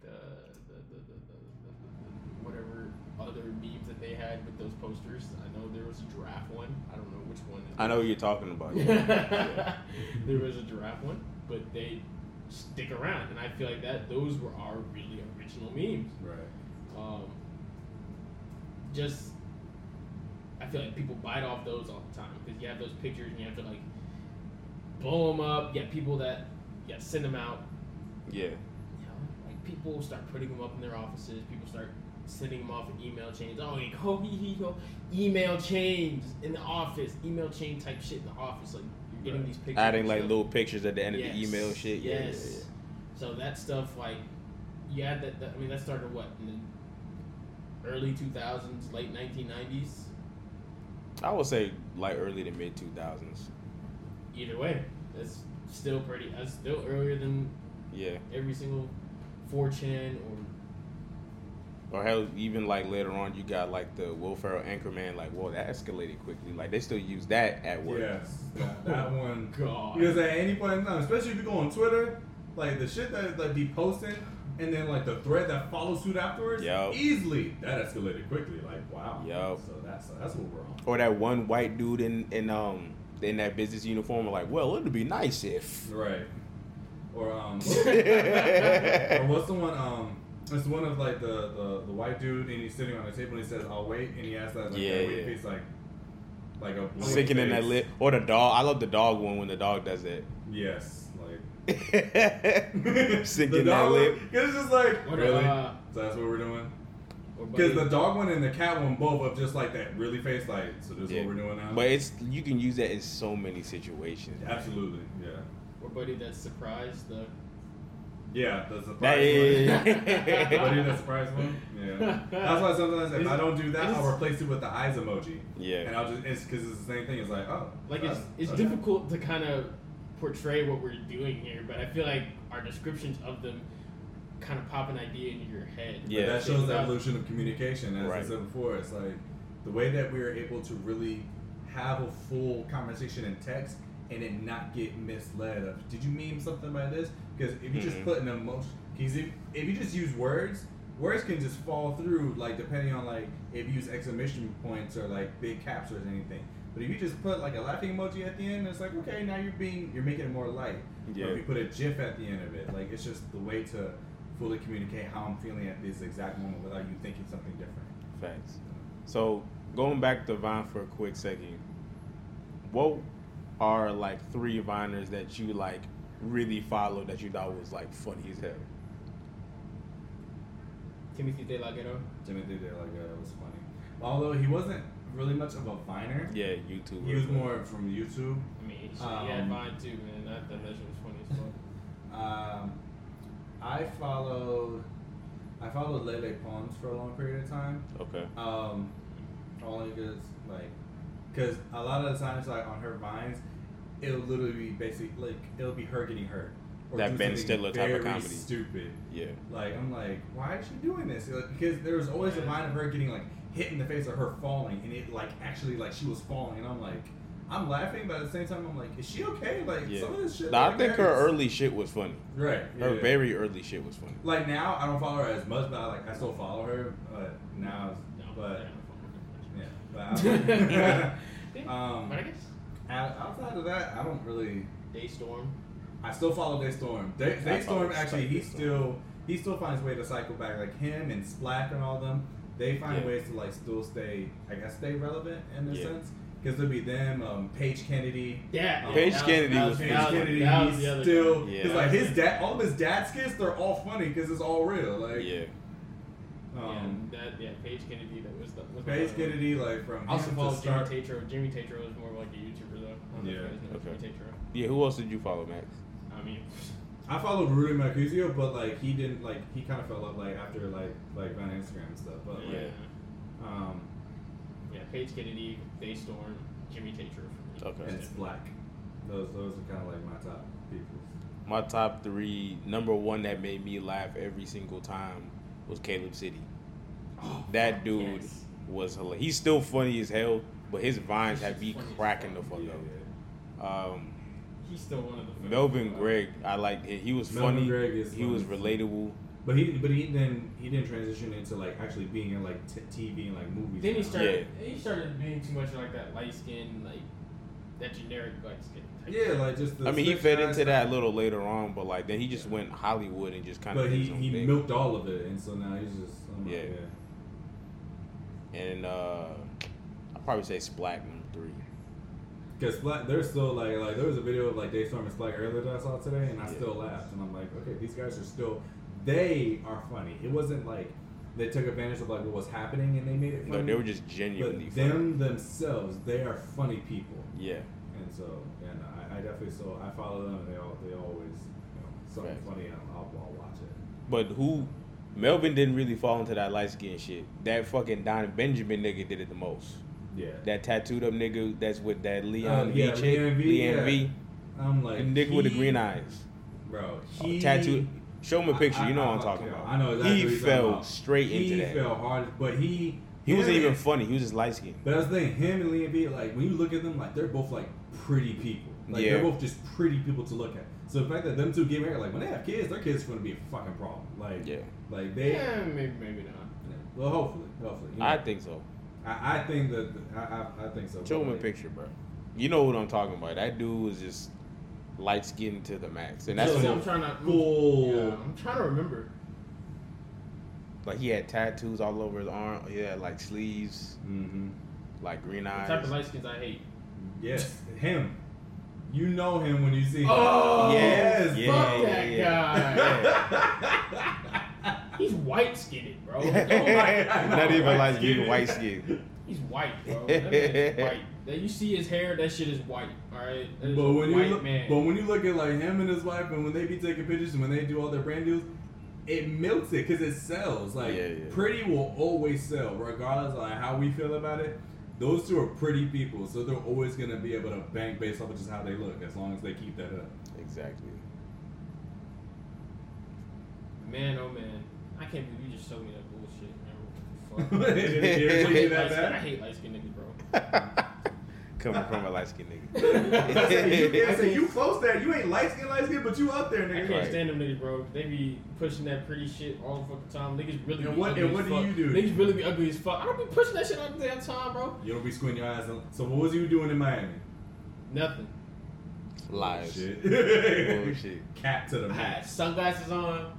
[SPEAKER 3] the the the, the, the, the, the, the whatever other memes that they had with those posters. I know there was a giraffe one. I don't know which one.
[SPEAKER 1] I know what you're talking about.
[SPEAKER 3] there was a giraffe one, but they stick around, and I feel like that those were our really original memes.
[SPEAKER 2] Right.
[SPEAKER 3] Um, just I feel like people bite off those all the time because you have those pictures and you have to like blow them up. You have people that you have to send them out.
[SPEAKER 1] yeah.
[SPEAKER 3] You know, like people start putting them up in their offices. People start sending them off in email chains. Oh, like, oh, he, he, go email chains in the office. Email chain type shit in the office. Like you're getting these pictures.
[SPEAKER 1] Adding
[SPEAKER 3] and
[SPEAKER 1] like
[SPEAKER 3] stuff.
[SPEAKER 1] little pictures at the end of the
[SPEAKER 3] Yes.
[SPEAKER 1] email shit. Yeah, yeah,
[SPEAKER 3] Yes. So that stuff, like, you had that, that. I mean, that started what in the early two thousands, late nineteen nineties.
[SPEAKER 1] yeah. I would say like early to mid 2000s.
[SPEAKER 3] Either way, that's still pretty. That's still earlier than
[SPEAKER 1] Yeah.
[SPEAKER 3] every single four chan or
[SPEAKER 1] Or hell, even like later on, you got like the Will Ferrell Anchorman. Like, whoa, that escalated quickly. Like they still use that at work.
[SPEAKER 2] Yes. That, that one.
[SPEAKER 3] God.
[SPEAKER 2] Because at any point in time, especially if you go on Twitter, like the shit that like be posting, and then like the thread that follows suit afterwards,
[SPEAKER 1] Yup.
[SPEAKER 2] easily that escalated quickly. Like wow.
[SPEAKER 1] Yup.
[SPEAKER 2] So that's that's what we're on.
[SPEAKER 1] Or that one white dude in in um in that business uniform. Like, well, it'd be nice if.
[SPEAKER 2] Right. Or um.
[SPEAKER 1] yeah.
[SPEAKER 2] Or what's the one? Um, it's the one of like the, the the white dude, and he's sitting on the table, and he says, "I'll wait," and he asks that like,
[SPEAKER 1] Yeah,
[SPEAKER 2] that wait
[SPEAKER 1] yeah.
[SPEAKER 2] face, like like a blank
[SPEAKER 1] Sticking in that
[SPEAKER 2] face.
[SPEAKER 1] lip. Or the dog. I love the dog one when the dog does that.
[SPEAKER 2] Yes, like
[SPEAKER 1] Sticking that
[SPEAKER 2] dog
[SPEAKER 1] lip.
[SPEAKER 2] one- 'cause it's just like
[SPEAKER 3] Or the,
[SPEAKER 2] really.
[SPEAKER 3] uh,
[SPEAKER 2] so that's what we're doing.
[SPEAKER 3] or
[SPEAKER 2] Because the
[SPEAKER 3] Buddy-
[SPEAKER 2] dog one and the cat one both of just like that really face, like so. This is
[SPEAKER 1] Yeah.
[SPEAKER 2] what we're doing now.
[SPEAKER 1] But it's you can use that in so many situations.
[SPEAKER 2] absolutely, yeah.
[SPEAKER 3] or buddy that's surprised the
[SPEAKER 2] Yeah, the
[SPEAKER 1] That
[SPEAKER 2] surprise one.
[SPEAKER 1] is.
[SPEAKER 2] What do you the surprise one? Yeah. That's why sometimes if I don't do that, I'll replace it with the eyes emoji. And
[SPEAKER 1] yeah.
[SPEAKER 2] I'll just, it's because it's the same thing. It's like, oh.
[SPEAKER 3] Like
[SPEAKER 2] uh,
[SPEAKER 3] it's it's
[SPEAKER 2] uh,
[SPEAKER 3] difficult to kind of portray what we're doing here, but I feel like our descriptions of them kind of pop an idea into your head.
[SPEAKER 2] But
[SPEAKER 1] Yeah.
[SPEAKER 2] that shows the evolution of communication. As I
[SPEAKER 1] Right.
[SPEAKER 2] said before, it's like the way that we are able to really have a full conversation in text and it not get misled of did you mean something by this? Because if you just
[SPEAKER 1] Mhm.
[SPEAKER 2] put an emotion, because if, if you just use words, words can just fall through. Like depending on like if you use exclamation points or like big caps or anything. But if you just put like a laughing emoji at the end, it's like okay, now you're being you're making it more light. Or
[SPEAKER 1] Yeah.
[SPEAKER 2] if you put a GIF at the end of it, like it's just the way to fully communicate how I'm feeling at this exact moment without you thinking something different.
[SPEAKER 1] Facts. So going back to Vine for a quick second, what are like three Viners that you like really follow that you thought was like funny as hell?
[SPEAKER 3] Timothy De La Ghetto.
[SPEAKER 2] Timothy De La Ghetto was funny, although he wasn't really much of a viner.
[SPEAKER 1] Yeah, YouTube.
[SPEAKER 2] He was more from YouTube.
[SPEAKER 3] I mean, shit,
[SPEAKER 2] Um,
[SPEAKER 3] yeah, mine too, man. I thought that shit was funny as well.
[SPEAKER 2] Um, I followed I followed Lele Pons for a long period of time.
[SPEAKER 1] Okay.
[SPEAKER 2] Um, only because like, because a lot of the times like on her vines, it'll literally be basically like it'll be her getting hurt.
[SPEAKER 1] That
[SPEAKER 2] do
[SPEAKER 1] Ben
[SPEAKER 2] something
[SPEAKER 1] Stiller type of
[SPEAKER 2] very
[SPEAKER 1] comedy.
[SPEAKER 2] Stupid.
[SPEAKER 1] Yeah.
[SPEAKER 2] Like I'm like, why is she doing this? Like, because there was always a vine of her getting like hit in the face or her falling, and it like actually like she was falling, and I'm like. I'm laughing, but at the same time, I'm like, is she okay? Like
[SPEAKER 1] Yeah.
[SPEAKER 2] some of this shit.
[SPEAKER 1] Nah, I
[SPEAKER 2] like,
[SPEAKER 1] think her
[SPEAKER 2] hurts.
[SPEAKER 1] early shit was funny.
[SPEAKER 2] Right.
[SPEAKER 1] Her
[SPEAKER 2] yeah.
[SPEAKER 1] very early shit was funny.
[SPEAKER 2] Like now, I don't follow her as much, but I like I still follow her. But now,
[SPEAKER 3] No,
[SPEAKER 2] but
[SPEAKER 3] yeah,
[SPEAKER 2] yeah.
[SPEAKER 3] I'm
[SPEAKER 2] But
[SPEAKER 3] fucking with
[SPEAKER 2] I,
[SPEAKER 3] that.
[SPEAKER 2] um,
[SPEAKER 3] but I guess
[SPEAKER 2] out- outside of that, I don't really.
[SPEAKER 3] Daystorm.
[SPEAKER 2] I still follow Day Storm. Day,
[SPEAKER 1] I
[SPEAKER 2] Day
[SPEAKER 1] follow
[SPEAKER 2] Storm actually,
[SPEAKER 1] Spike
[SPEAKER 2] he
[SPEAKER 1] Day Storm.
[SPEAKER 2] still he still finds way to cycle back. Like him and Splack and all them, they find
[SPEAKER 1] Yeah.
[SPEAKER 2] ways to like still stay, I guess, stay relevant in a
[SPEAKER 1] Yeah.
[SPEAKER 2] sense. Because there'll be them, um, Paige Kennedy.
[SPEAKER 3] Yeah,
[SPEAKER 2] Um,
[SPEAKER 3] yeah,
[SPEAKER 1] Paige
[SPEAKER 3] that
[SPEAKER 1] Kennedy
[SPEAKER 3] that
[SPEAKER 1] was
[SPEAKER 2] Paige
[SPEAKER 1] That was-
[SPEAKER 2] Kennedy,
[SPEAKER 3] that was the
[SPEAKER 2] he's
[SPEAKER 3] other
[SPEAKER 2] still,
[SPEAKER 1] Yeah.
[SPEAKER 2] because like his dad, all of his dad skits, they're all funny because it's all real. Like,
[SPEAKER 1] Yeah.
[SPEAKER 2] um,
[SPEAKER 3] yeah, that yeah, Paige Kennedy. That was the was the
[SPEAKER 2] Paige
[SPEAKER 3] other one.
[SPEAKER 2] Kennedy, like from
[SPEAKER 3] I
[SPEAKER 2] him
[SPEAKER 3] also
[SPEAKER 2] to
[SPEAKER 3] follow Jimmy
[SPEAKER 2] start.
[SPEAKER 3] Tatro. Jimmy Tatro is more of like a YouTuber though. I don't know if
[SPEAKER 2] Yeah,
[SPEAKER 3] you guys know
[SPEAKER 1] okay.
[SPEAKER 3] Jimmy Tatro.
[SPEAKER 1] Yeah. Who else did you follow, Max?
[SPEAKER 3] I mean,
[SPEAKER 2] I followed Rudy Mercutio, but like he didn't like he kind of fell off like after like like on Instagram and stuff. But like,
[SPEAKER 1] Yeah.
[SPEAKER 2] um,
[SPEAKER 3] yeah, Paige Kennedy, Daystorm, Jimmy Tatro.
[SPEAKER 1] Okay.
[SPEAKER 2] and it's black. Those those are kind of like my top people.
[SPEAKER 1] My top three. Number one that made me laugh every single time was Caleb City. That dude
[SPEAKER 3] Oh, Yes.
[SPEAKER 1] was hilarious. He's still funny as hell, but his vines
[SPEAKER 3] He's
[SPEAKER 1] have me
[SPEAKER 3] funny as
[SPEAKER 1] cracking the
[SPEAKER 3] fuck.
[SPEAKER 1] fuck up. Um,
[SPEAKER 3] He's still one of the.
[SPEAKER 1] Melvin Gregg, I liked it. He was
[SPEAKER 2] Melvin
[SPEAKER 1] funny.
[SPEAKER 2] Gregg is
[SPEAKER 1] he was
[SPEAKER 2] funny.
[SPEAKER 1] relatable.
[SPEAKER 2] But he but he then he didn't transition into like actually being in like t- TV and like movies.
[SPEAKER 3] Then he
[SPEAKER 2] now.
[SPEAKER 3] started. He started being too much like that light skin, like that generic light skin. Type
[SPEAKER 2] Yeah, like just. The
[SPEAKER 1] I mean, he
[SPEAKER 2] slick
[SPEAKER 1] fed
[SPEAKER 2] guy
[SPEAKER 1] into that a little later on, but like then he just went Hollywood and just
[SPEAKER 2] stuff,
[SPEAKER 1] kind of
[SPEAKER 2] But
[SPEAKER 1] did
[SPEAKER 2] he
[SPEAKER 1] his own
[SPEAKER 2] he
[SPEAKER 1] thing.
[SPEAKER 2] milked all of it, and so now he's just. oh I'm like,
[SPEAKER 1] Yeah. and uh, I'd probably say Splack number three.
[SPEAKER 2] Because Black, they're still like, like there was a video of like Daystorm and Black earlier that I saw today, and I
[SPEAKER 1] Yeah.
[SPEAKER 2] still laughed, and I'm like, okay, these guys are still, they are funny. It wasn't like they took advantage of like what was happening and they made it funny.
[SPEAKER 1] No, they were just
[SPEAKER 2] but
[SPEAKER 1] genuinely funny.
[SPEAKER 2] them themselves, they are funny people,
[SPEAKER 1] Yeah,
[SPEAKER 2] and so and I, I definitely so I follow them, and they all they always you know, something
[SPEAKER 1] Facts.
[SPEAKER 2] funny, and I'll, I'll watch it.
[SPEAKER 1] but who? Melvin didn't really fall into that light skin shit. That fucking Don Benjamin nigga did it the most.
[SPEAKER 2] Yeah,
[SPEAKER 1] That tattooed up nigga that's with that Leon
[SPEAKER 2] Uh,
[SPEAKER 1] V
[SPEAKER 2] yeah,
[SPEAKER 1] chick,
[SPEAKER 2] Leon V,
[SPEAKER 1] Leon
[SPEAKER 2] yeah.
[SPEAKER 1] V,
[SPEAKER 2] I'm like
[SPEAKER 1] the nigga with the
[SPEAKER 2] he-
[SPEAKER 1] green eyes,
[SPEAKER 2] bro. He
[SPEAKER 1] Tattoo. tattooed. Show him a picture. you know what I'm talking
[SPEAKER 2] yeah,
[SPEAKER 1] about.
[SPEAKER 2] I know exactly.
[SPEAKER 1] He
[SPEAKER 2] what you're talking
[SPEAKER 1] fell
[SPEAKER 2] about.
[SPEAKER 1] straight into
[SPEAKER 2] He
[SPEAKER 1] that.
[SPEAKER 2] fell hard, but he
[SPEAKER 1] He wasn't
[SPEAKER 2] him
[SPEAKER 1] even
[SPEAKER 2] and-
[SPEAKER 1] funny. He was just light skinned.
[SPEAKER 2] But that's the thing, him and Liam B, like when you look at them, like they're both like pretty people. Like
[SPEAKER 1] Yeah.
[SPEAKER 2] they're both just pretty people to look at. So the fact that them two get married, like when they have kids, their kids are gonna be a fucking problem. Like
[SPEAKER 1] Yeah.
[SPEAKER 2] like they
[SPEAKER 3] Yeah, maybe maybe not.
[SPEAKER 2] well hopefully, hopefully. you know.
[SPEAKER 1] I think so.
[SPEAKER 2] I, I think that I, I, I think so.
[SPEAKER 1] Show
[SPEAKER 2] but,
[SPEAKER 1] him a
[SPEAKER 2] like,
[SPEAKER 1] picture, bro. You know what I'm talking about. That dude was just light skinned to the max. And that's
[SPEAKER 2] So-
[SPEAKER 1] what,
[SPEAKER 3] I'm trying to.
[SPEAKER 2] Full
[SPEAKER 3] Yeah, I'm trying to remember.
[SPEAKER 1] like he had tattoos all over his arm. He had like sleeves,
[SPEAKER 2] Mhm.
[SPEAKER 1] like green
[SPEAKER 3] The type
[SPEAKER 1] eyes.
[SPEAKER 3] of light skins I hate.
[SPEAKER 2] Yes, him. You know him when you see him.
[SPEAKER 3] Oh,
[SPEAKER 2] yes,
[SPEAKER 1] yeah,
[SPEAKER 3] Fuck
[SPEAKER 2] bro.
[SPEAKER 1] yeah,
[SPEAKER 3] that
[SPEAKER 1] yeah.
[SPEAKER 3] guy. He's white skinned, bro. Oh Don't like-
[SPEAKER 1] Not even like
[SPEAKER 2] White-skinned.
[SPEAKER 1] being white skinned.
[SPEAKER 3] He's white, bro. That man is white. that you see his hair, that shit is white. All right, That is
[SPEAKER 2] But when you
[SPEAKER 3] white
[SPEAKER 2] look,
[SPEAKER 3] man.
[SPEAKER 2] but when you look at like him and his wife, and when they be taking pictures, and when they do all their brand deals, it melts it because it sells. Like
[SPEAKER 1] Yeah, yeah.
[SPEAKER 2] pretty will always sell, regardless of like, how we feel about it. Those two are pretty people, so they're always gonna be able to bank based off of just how they look, as long as they keep that up.
[SPEAKER 1] Exactly.
[SPEAKER 3] man, oh man, I can't believe you just showed me that bullshit. Man. What the fuck?
[SPEAKER 2] Did it irritate you that
[SPEAKER 3] Light skin- I
[SPEAKER 2] bad?
[SPEAKER 3] hate light skinned niggas, bro.
[SPEAKER 1] Coming from a light skinned nigga.
[SPEAKER 2] I said, you, I said, you close there. You ain't light skin, light skin, but you up there,
[SPEAKER 3] I
[SPEAKER 2] nigga.
[SPEAKER 3] can't
[SPEAKER 1] Right.
[SPEAKER 3] stand them niggas, bro. They be pushing that pretty shit all the fucking time. Niggas really.
[SPEAKER 2] And
[SPEAKER 3] be
[SPEAKER 2] what-
[SPEAKER 3] ugly
[SPEAKER 2] and
[SPEAKER 3] as
[SPEAKER 2] what do
[SPEAKER 3] fuck.
[SPEAKER 2] you do?
[SPEAKER 3] Niggas really be ugly as fuck. I don't be pushing that shit all the damn time, bro.
[SPEAKER 2] You don't be squinting your eyes. So what was you doing in Miami?
[SPEAKER 3] Nothing.
[SPEAKER 1] Lies.
[SPEAKER 2] Shit.
[SPEAKER 1] Bullshit.
[SPEAKER 2] Cap to the
[SPEAKER 3] I had
[SPEAKER 2] max.
[SPEAKER 3] sunglasses on.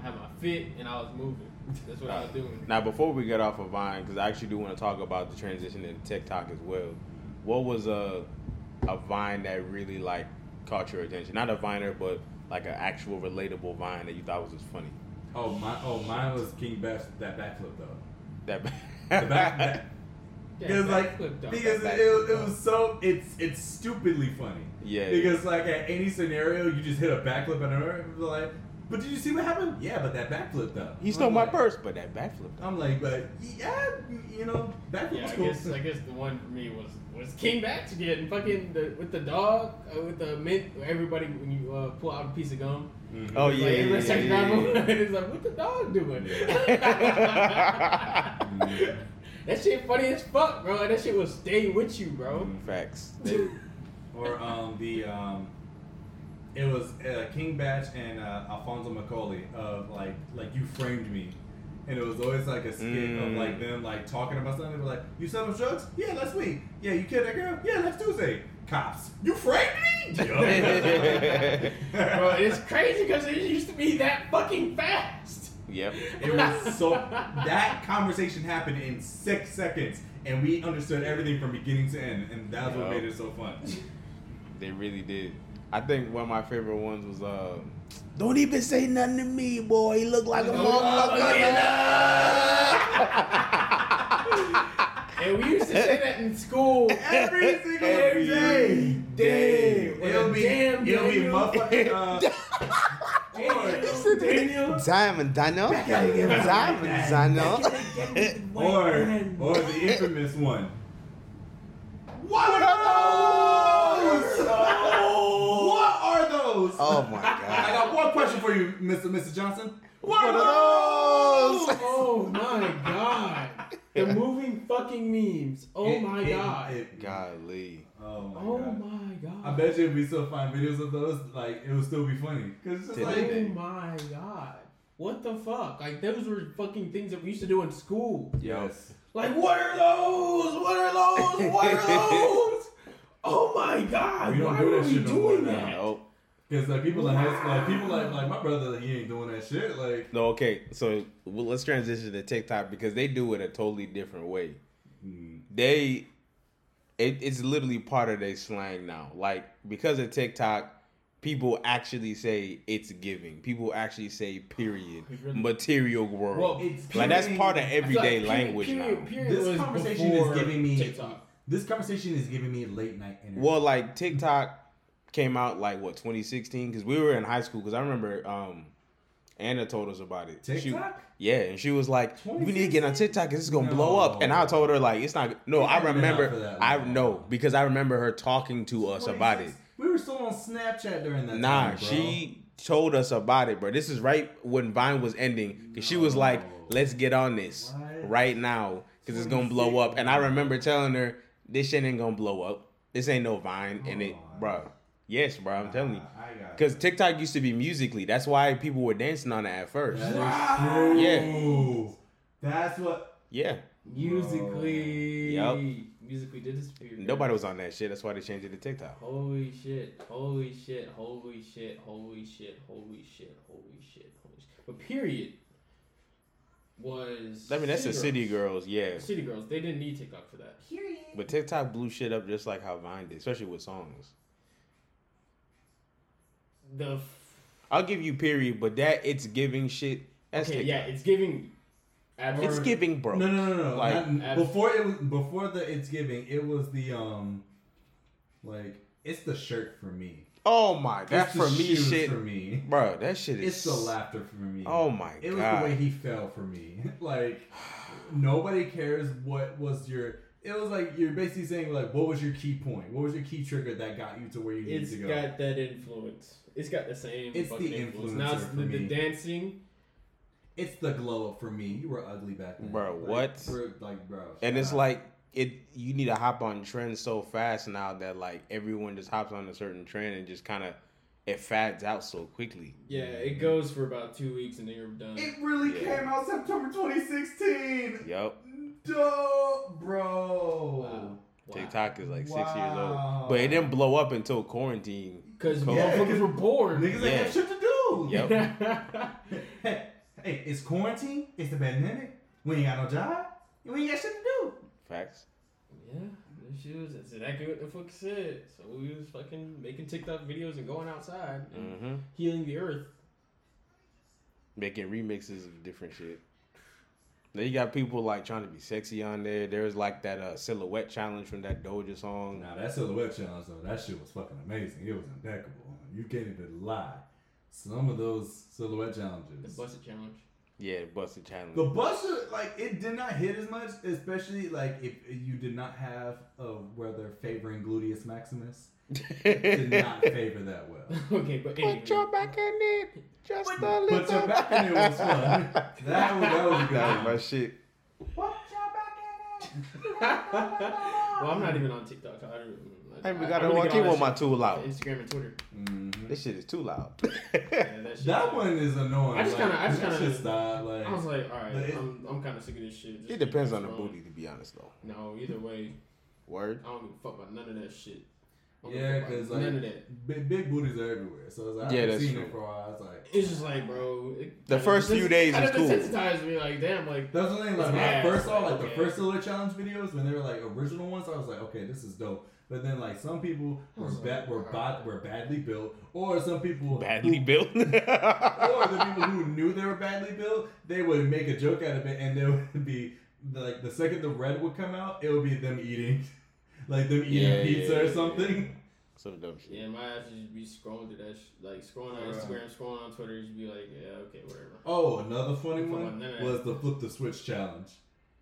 [SPEAKER 3] I had my fit, and I was moving. That's what I was doing.
[SPEAKER 1] Now, before we get off of Vine, because I actually do want to talk about the transition into TikTok as well. What was a a Vine that really like caught your attention? Not a Viner, but like an actual relatable Vine that you thought was just funny.
[SPEAKER 2] Oh my! Oh, mine was King Bash. That backflip though.
[SPEAKER 1] That
[SPEAKER 2] The back, that,
[SPEAKER 3] Yeah,
[SPEAKER 2] Because
[SPEAKER 3] back
[SPEAKER 2] like
[SPEAKER 3] flipped up.
[SPEAKER 2] because
[SPEAKER 1] Back
[SPEAKER 2] it, it,
[SPEAKER 1] flipped up.
[SPEAKER 2] was so it's it's stupidly funny.
[SPEAKER 1] Yeah.
[SPEAKER 2] Because like at any scenario you just hit a backflip and everyone's like, but did you see what happened? Yeah, but that backflip though.
[SPEAKER 1] he
[SPEAKER 2] I'm
[SPEAKER 1] stole my
[SPEAKER 2] like-
[SPEAKER 1] purse, but that backflip. though.
[SPEAKER 2] I'm like, but yeah, you know, backflip
[SPEAKER 3] Yeah, I
[SPEAKER 2] was
[SPEAKER 3] guess
[SPEAKER 2] cool.
[SPEAKER 3] I guess the one for me was was King Batch again, fucking the, with the dog uh, with the mint. Everybody when you uh, pull out a piece of gum.
[SPEAKER 2] Mhm.
[SPEAKER 1] Oh
[SPEAKER 3] it's
[SPEAKER 1] yeah,
[SPEAKER 3] like,
[SPEAKER 1] yeah,
[SPEAKER 3] everybody
[SPEAKER 1] yeah,
[SPEAKER 3] checks
[SPEAKER 1] yeah,
[SPEAKER 3] down
[SPEAKER 1] yeah.
[SPEAKER 3] and It's like what the dog doing?
[SPEAKER 1] Yeah.
[SPEAKER 3] that shit funny as fuck, bro. And that shit will stay with you, bro.
[SPEAKER 1] Facts.
[SPEAKER 2] Or um the um, it was uh, King Batch and uh, Alfonso Macaulay of like like you framed me. And it was always like a skit of
[SPEAKER 1] Mm.
[SPEAKER 2] like them like talking about something. They were like, "You selling drugs? Yeah, last week. Yeah, you killed that girl? Yeah, last Tuesday. Cops, you framed me?
[SPEAKER 1] Yup.
[SPEAKER 3] bro, it's crazy because it used to be that fucking fast.
[SPEAKER 1] yep.
[SPEAKER 2] It was so that conversation happened in six seconds, and we understood everything from beginning to end, and that's what
[SPEAKER 1] Yup.
[SPEAKER 2] made it so fun.
[SPEAKER 1] They really did. I think one of my favorite ones was uh, "Don't even say nothing to me, boy. He look like a
[SPEAKER 3] Oh,
[SPEAKER 1] motherfucker."
[SPEAKER 3] And we used to say that in school.
[SPEAKER 2] Every single
[SPEAKER 1] Every
[SPEAKER 2] day,
[SPEAKER 1] day.
[SPEAKER 2] Damn. it'll be
[SPEAKER 3] Damn,
[SPEAKER 2] it'll be
[SPEAKER 3] Daniel.
[SPEAKER 2] motherfucking. Uh,
[SPEAKER 3] Daniel, Daniel.
[SPEAKER 1] Diamond Dino,
[SPEAKER 2] outta here with
[SPEAKER 1] Diamond
[SPEAKER 2] that.
[SPEAKER 1] Dino.
[SPEAKER 2] or or the infamous one. What
[SPEAKER 1] are
[SPEAKER 2] those? what are those?
[SPEAKER 1] Oh my
[SPEAKER 2] I
[SPEAKER 1] god!
[SPEAKER 2] got one question for you, Mr. Mr. Johnson.
[SPEAKER 1] What
[SPEAKER 2] What, are
[SPEAKER 1] are those?
[SPEAKER 3] Oh my god. The moving fucking memes. Oh
[SPEAKER 2] It-
[SPEAKER 3] my
[SPEAKER 2] it-
[SPEAKER 3] god.
[SPEAKER 2] it-
[SPEAKER 1] Golly,
[SPEAKER 2] oh my
[SPEAKER 3] oh
[SPEAKER 2] god.
[SPEAKER 3] my god.
[SPEAKER 2] I bet you if we still find videos of those, like it would still be funny. Cause it's just
[SPEAKER 1] Did
[SPEAKER 2] like
[SPEAKER 3] Oh my god. What the fuck? Like those were fucking things that we used to do in school.
[SPEAKER 2] yes,
[SPEAKER 3] Like what are those? What are those? What are those? Oh my god.
[SPEAKER 2] We don't
[SPEAKER 3] Why
[SPEAKER 2] do
[SPEAKER 3] were
[SPEAKER 2] that
[SPEAKER 3] we
[SPEAKER 2] shit no more
[SPEAKER 3] doing
[SPEAKER 2] now.
[SPEAKER 3] that?
[SPEAKER 1] Oh.
[SPEAKER 2] cause like people in high school, like people like like my brother, like, he ain't doing that shit. Like
[SPEAKER 1] No, okay. So well, let's transition to TikTok because they do it a totally different way. They, it, it's literally part of their slang now. Like because of TikTok, people actually say it's giving. People actually say period,
[SPEAKER 3] It really-
[SPEAKER 1] material world.
[SPEAKER 3] Well,
[SPEAKER 2] it's
[SPEAKER 1] like that's
[SPEAKER 2] giving-
[SPEAKER 1] part of everyday
[SPEAKER 3] Like, period-
[SPEAKER 1] language
[SPEAKER 3] period,
[SPEAKER 1] now.
[SPEAKER 3] period
[SPEAKER 2] This
[SPEAKER 3] was
[SPEAKER 2] conversation
[SPEAKER 3] before
[SPEAKER 2] is giving me
[SPEAKER 3] TikTok.
[SPEAKER 2] this conversation is giving me late night energy.
[SPEAKER 1] Well, like TikTok came out like what 2016 because we were in high school because I remember um Anna told us about it. She-
[SPEAKER 2] TikTok?
[SPEAKER 1] yeah, and she was like, "We need to get on
[SPEAKER 2] 2016?
[SPEAKER 1] TikTok. 'cause It's gonna blow up." And I told her like, "It's not." No,
[SPEAKER 2] We
[SPEAKER 1] I
[SPEAKER 2] haven't been out for
[SPEAKER 1] remember.
[SPEAKER 2] that
[SPEAKER 1] I
[SPEAKER 2] long.
[SPEAKER 1] know because I remember her talking to us about it.
[SPEAKER 2] 26. We were still on Snapchat during that.
[SPEAKER 1] Nah,
[SPEAKER 2] time, bro.
[SPEAKER 1] she told us about it, bro. This is right when Vine was ending. Cause she was like,
[SPEAKER 2] No.
[SPEAKER 1] "Let's get on this
[SPEAKER 2] What?
[SPEAKER 1] right now, cause it's gonna blow up." And I remember telling her, "This shit ain't gonna blow up. This ain't no Vine." And it,
[SPEAKER 2] Aw.
[SPEAKER 1] bro. Yes, bro. I'm telling you.
[SPEAKER 2] I got
[SPEAKER 1] Cause TikTok used to be musically. That's why people were dancing on it at first.
[SPEAKER 2] that is true. That's what.
[SPEAKER 1] Yeah.
[SPEAKER 3] Musically.
[SPEAKER 1] Yup.
[SPEAKER 3] Musically did disappear.
[SPEAKER 1] Nobody was on that shit. That's why they changed it to TikTok.
[SPEAKER 3] Holy shit, holy shit, holy shit, holy shit, holy shit, holy shit, holy shit. But period was.
[SPEAKER 1] I mean, that's the
[SPEAKER 3] Girls.
[SPEAKER 1] city girls, yeah.
[SPEAKER 3] City girls, they didn't need TikTok for that.
[SPEAKER 1] But TikTok blew shit up just like how Vine did, especially with songs.
[SPEAKER 3] The f-
[SPEAKER 1] I'll give you period, but that it's giving shit. That's
[SPEAKER 3] okay,
[SPEAKER 1] TikTok.
[SPEAKER 3] yeah, it's giving
[SPEAKER 1] It's
[SPEAKER 3] Abhorrent.
[SPEAKER 1] giving bro.
[SPEAKER 2] No, no, no, no.
[SPEAKER 1] Like-
[SPEAKER 2] Not-
[SPEAKER 3] Abs-
[SPEAKER 2] before it was before the it's giving, it was the um, like it's the shirt for me.
[SPEAKER 1] Oh my, that
[SPEAKER 2] It's the
[SPEAKER 1] for me
[SPEAKER 2] shoes
[SPEAKER 1] shit,
[SPEAKER 2] for me.
[SPEAKER 1] bro. That shit is.
[SPEAKER 2] It's the laughter for me.
[SPEAKER 1] Oh my
[SPEAKER 2] It was
[SPEAKER 1] god.
[SPEAKER 2] the way he fell for me. like nobody cares what was your. It was like you're basically saying like, what was your key point? What was your key trigger that got you to where you
[SPEAKER 3] It's
[SPEAKER 2] needed to go?
[SPEAKER 3] got that influence. It's got the same.
[SPEAKER 2] It's
[SPEAKER 3] fucking
[SPEAKER 2] the
[SPEAKER 3] influence. Now
[SPEAKER 2] influencer
[SPEAKER 3] it's
[SPEAKER 2] for
[SPEAKER 3] the, the
[SPEAKER 2] me.
[SPEAKER 3] dancing.
[SPEAKER 2] it's the glow up for me. You were ugly back then,
[SPEAKER 1] Bro,
[SPEAKER 2] Like,
[SPEAKER 1] what?
[SPEAKER 2] we're- like, bro.
[SPEAKER 1] and it's
[SPEAKER 2] stop.
[SPEAKER 1] like it. You need to hop on trends so fast now that like everyone just hops on a certain trend and just kind of it fads out so quickly.
[SPEAKER 3] Yeah, it goes for about two weeks and then you're done.
[SPEAKER 2] It really
[SPEAKER 1] Yeah.
[SPEAKER 2] came out September 2016.
[SPEAKER 1] Yup.
[SPEAKER 2] Dope, bro.
[SPEAKER 3] Wow.
[SPEAKER 2] Oh.
[SPEAKER 3] Wow.
[SPEAKER 1] TikTok is like six years
[SPEAKER 2] Wow.
[SPEAKER 1] old, but it didn't blow up until quarantine.
[SPEAKER 3] Because
[SPEAKER 1] Cool.
[SPEAKER 2] Yeah,
[SPEAKER 3] motherfuckers
[SPEAKER 2] 'cause
[SPEAKER 3] were bored.
[SPEAKER 2] Niggas
[SPEAKER 1] Yeah.
[SPEAKER 2] ain't have shit to do.
[SPEAKER 1] Yep.
[SPEAKER 2] hey, hey, it's quarantine. It's the pandemic. We ain't got no job. We ain't got shit to do.
[SPEAKER 1] Facts.
[SPEAKER 3] Yeah, this shit was that's exactly what the fuck it said. So we was fucking making TikTok videos and going outside and
[SPEAKER 1] hmm
[SPEAKER 3] healing the earth.
[SPEAKER 1] Making remixes of different shit. Then you got people like trying to be sexy on there. There's like that uh, silhouette challenge from that Doja song.
[SPEAKER 2] Now that silhouette challenge though, that shit was fucking amazing. It was impeccable. You can't even lie. Some of those silhouette
[SPEAKER 3] The
[SPEAKER 2] challenges.
[SPEAKER 3] busted challenge.
[SPEAKER 1] Yeah, busted challenge.
[SPEAKER 2] The buster, like it did not hit as much, especially like if you did not have a whether favoring gluteus maximus did not favor that well.
[SPEAKER 3] okay, but anyway.
[SPEAKER 1] Put your back in it, just
[SPEAKER 2] Put-
[SPEAKER 1] a little.
[SPEAKER 2] put your back in it was fun. That was that was a good.
[SPEAKER 1] That was
[SPEAKER 2] one.
[SPEAKER 1] my shit.
[SPEAKER 2] Put your back in it.
[SPEAKER 3] well, I'm not even on TikTok. I, don't-
[SPEAKER 1] I
[SPEAKER 3] I-
[SPEAKER 1] even
[SPEAKER 3] I
[SPEAKER 1] got to
[SPEAKER 3] really
[SPEAKER 1] walk
[SPEAKER 3] get
[SPEAKER 1] in
[SPEAKER 3] all
[SPEAKER 1] with
[SPEAKER 3] that
[SPEAKER 1] my tool
[SPEAKER 3] shit
[SPEAKER 1] loud.
[SPEAKER 3] from Instagram and Twitter.
[SPEAKER 2] Mhm.
[SPEAKER 1] This shit is too loud.
[SPEAKER 3] Yeah, that, shit-
[SPEAKER 2] That one is annoying.
[SPEAKER 3] I just kinda-
[SPEAKER 2] like,
[SPEAKER 3] I just
[SPEAKER 2] that
[SPEAKER 3] kinda-
[SPEAKER 2] shit stopped, like,
[SPEAKER 3] I was like, all right,
[SPEAKER 2] But it-
[SPEAKER 3] I'm, I'm kind of sick of this shit. Just
[SPEAKER 1] It depends
[SPEAKER 3] keep
[SPEAKER 1] on the
[SPEAKER 3] scrolling.
[SPEAKER 1] booty, to be honest, though.
[SPEAKER 3] No, either way,
[SPEAKER 1] Word.
[SPEAKER 3] I don't give a fuck about none of that shit. I don't give a
[SPEAKER 2] yeah,
[SPEAKER 3] fuck about
[SPEAKER 2] because like
[SPEAKER 3] none of that.
[SPEAKER 2] big, big booties are everywhere. So I was like,
[SPEAKER 1] Yeah,
[SPEAKER 2] I've
[SPEAKER 1] that's
[SPEAKER 2] seen
[SPEAKER 1] true.
[SPEAKER 2] it for a while. I was like,
[SPEAKER 3] It's just like, bro. It
[SPEAKER 1] The
[SPEAKER 3] kinda
[SPEAKER 1] first few
[SPEAKER 3] desens-
[SPEAKER 1] days
[SPEAKER 3] kinda
[SPEAKER 1] is cool.
[SPEAKER 3] desensitized me, like, damn, like,
[SPEAKER 2] That's the thing. Like
[SPEAKER 3] It's
[SPEAKER 2] when I
[SPEAKER 3] ass,
[SPEAKER 2] first saw
[SPEAKER 3] like,
[SPEAKER 2] like
[SPEAKER 3] okay.
[SPEAKER 2] the first Silhouette Challenge videos when they were like original ones, I was like, okay, this is dope. But then like some people
[SPEAKER 3] I
[SPEAKER 2] were
[SPEAKER 3] was like,
[SPEAKER 2] bad, were
[SPEAKER 3] alright.
[SPEAKER 2] bad, were badly built, or some people
[SPEAKER 1] Badly built.
[SPEAKER 2] or the people who knew they were badly built, they would make a joke out of it, and there would be like the second the red would come out, it would be them eating, like them eating
[SPEAKER 1] Yeah,
[SPEAKER 2] pizza
[SPEAKER 1] yeah,
[SPEAKER 2] or
[SPEAKER 1] yeah,
[SPEAKER 2] something.
[SPEAKER 1] Some dumb shit.
[SPEAKER 3] Yeah, my ass would just be scrolling through that, sh- like scrolling on
[SPEAKER 2] Right.
[SPEAKER 3] Instagram, scrolling on Twitter, just be like, yeah, okay, whatever.
[SPEAKER 2] Oh, another funny
[SPEAKER 3] Come on,
[SPEAKER 2] one
[SPEAKER 3] no, no, no.
[SPEAKER 2] was the flip the switch challenge,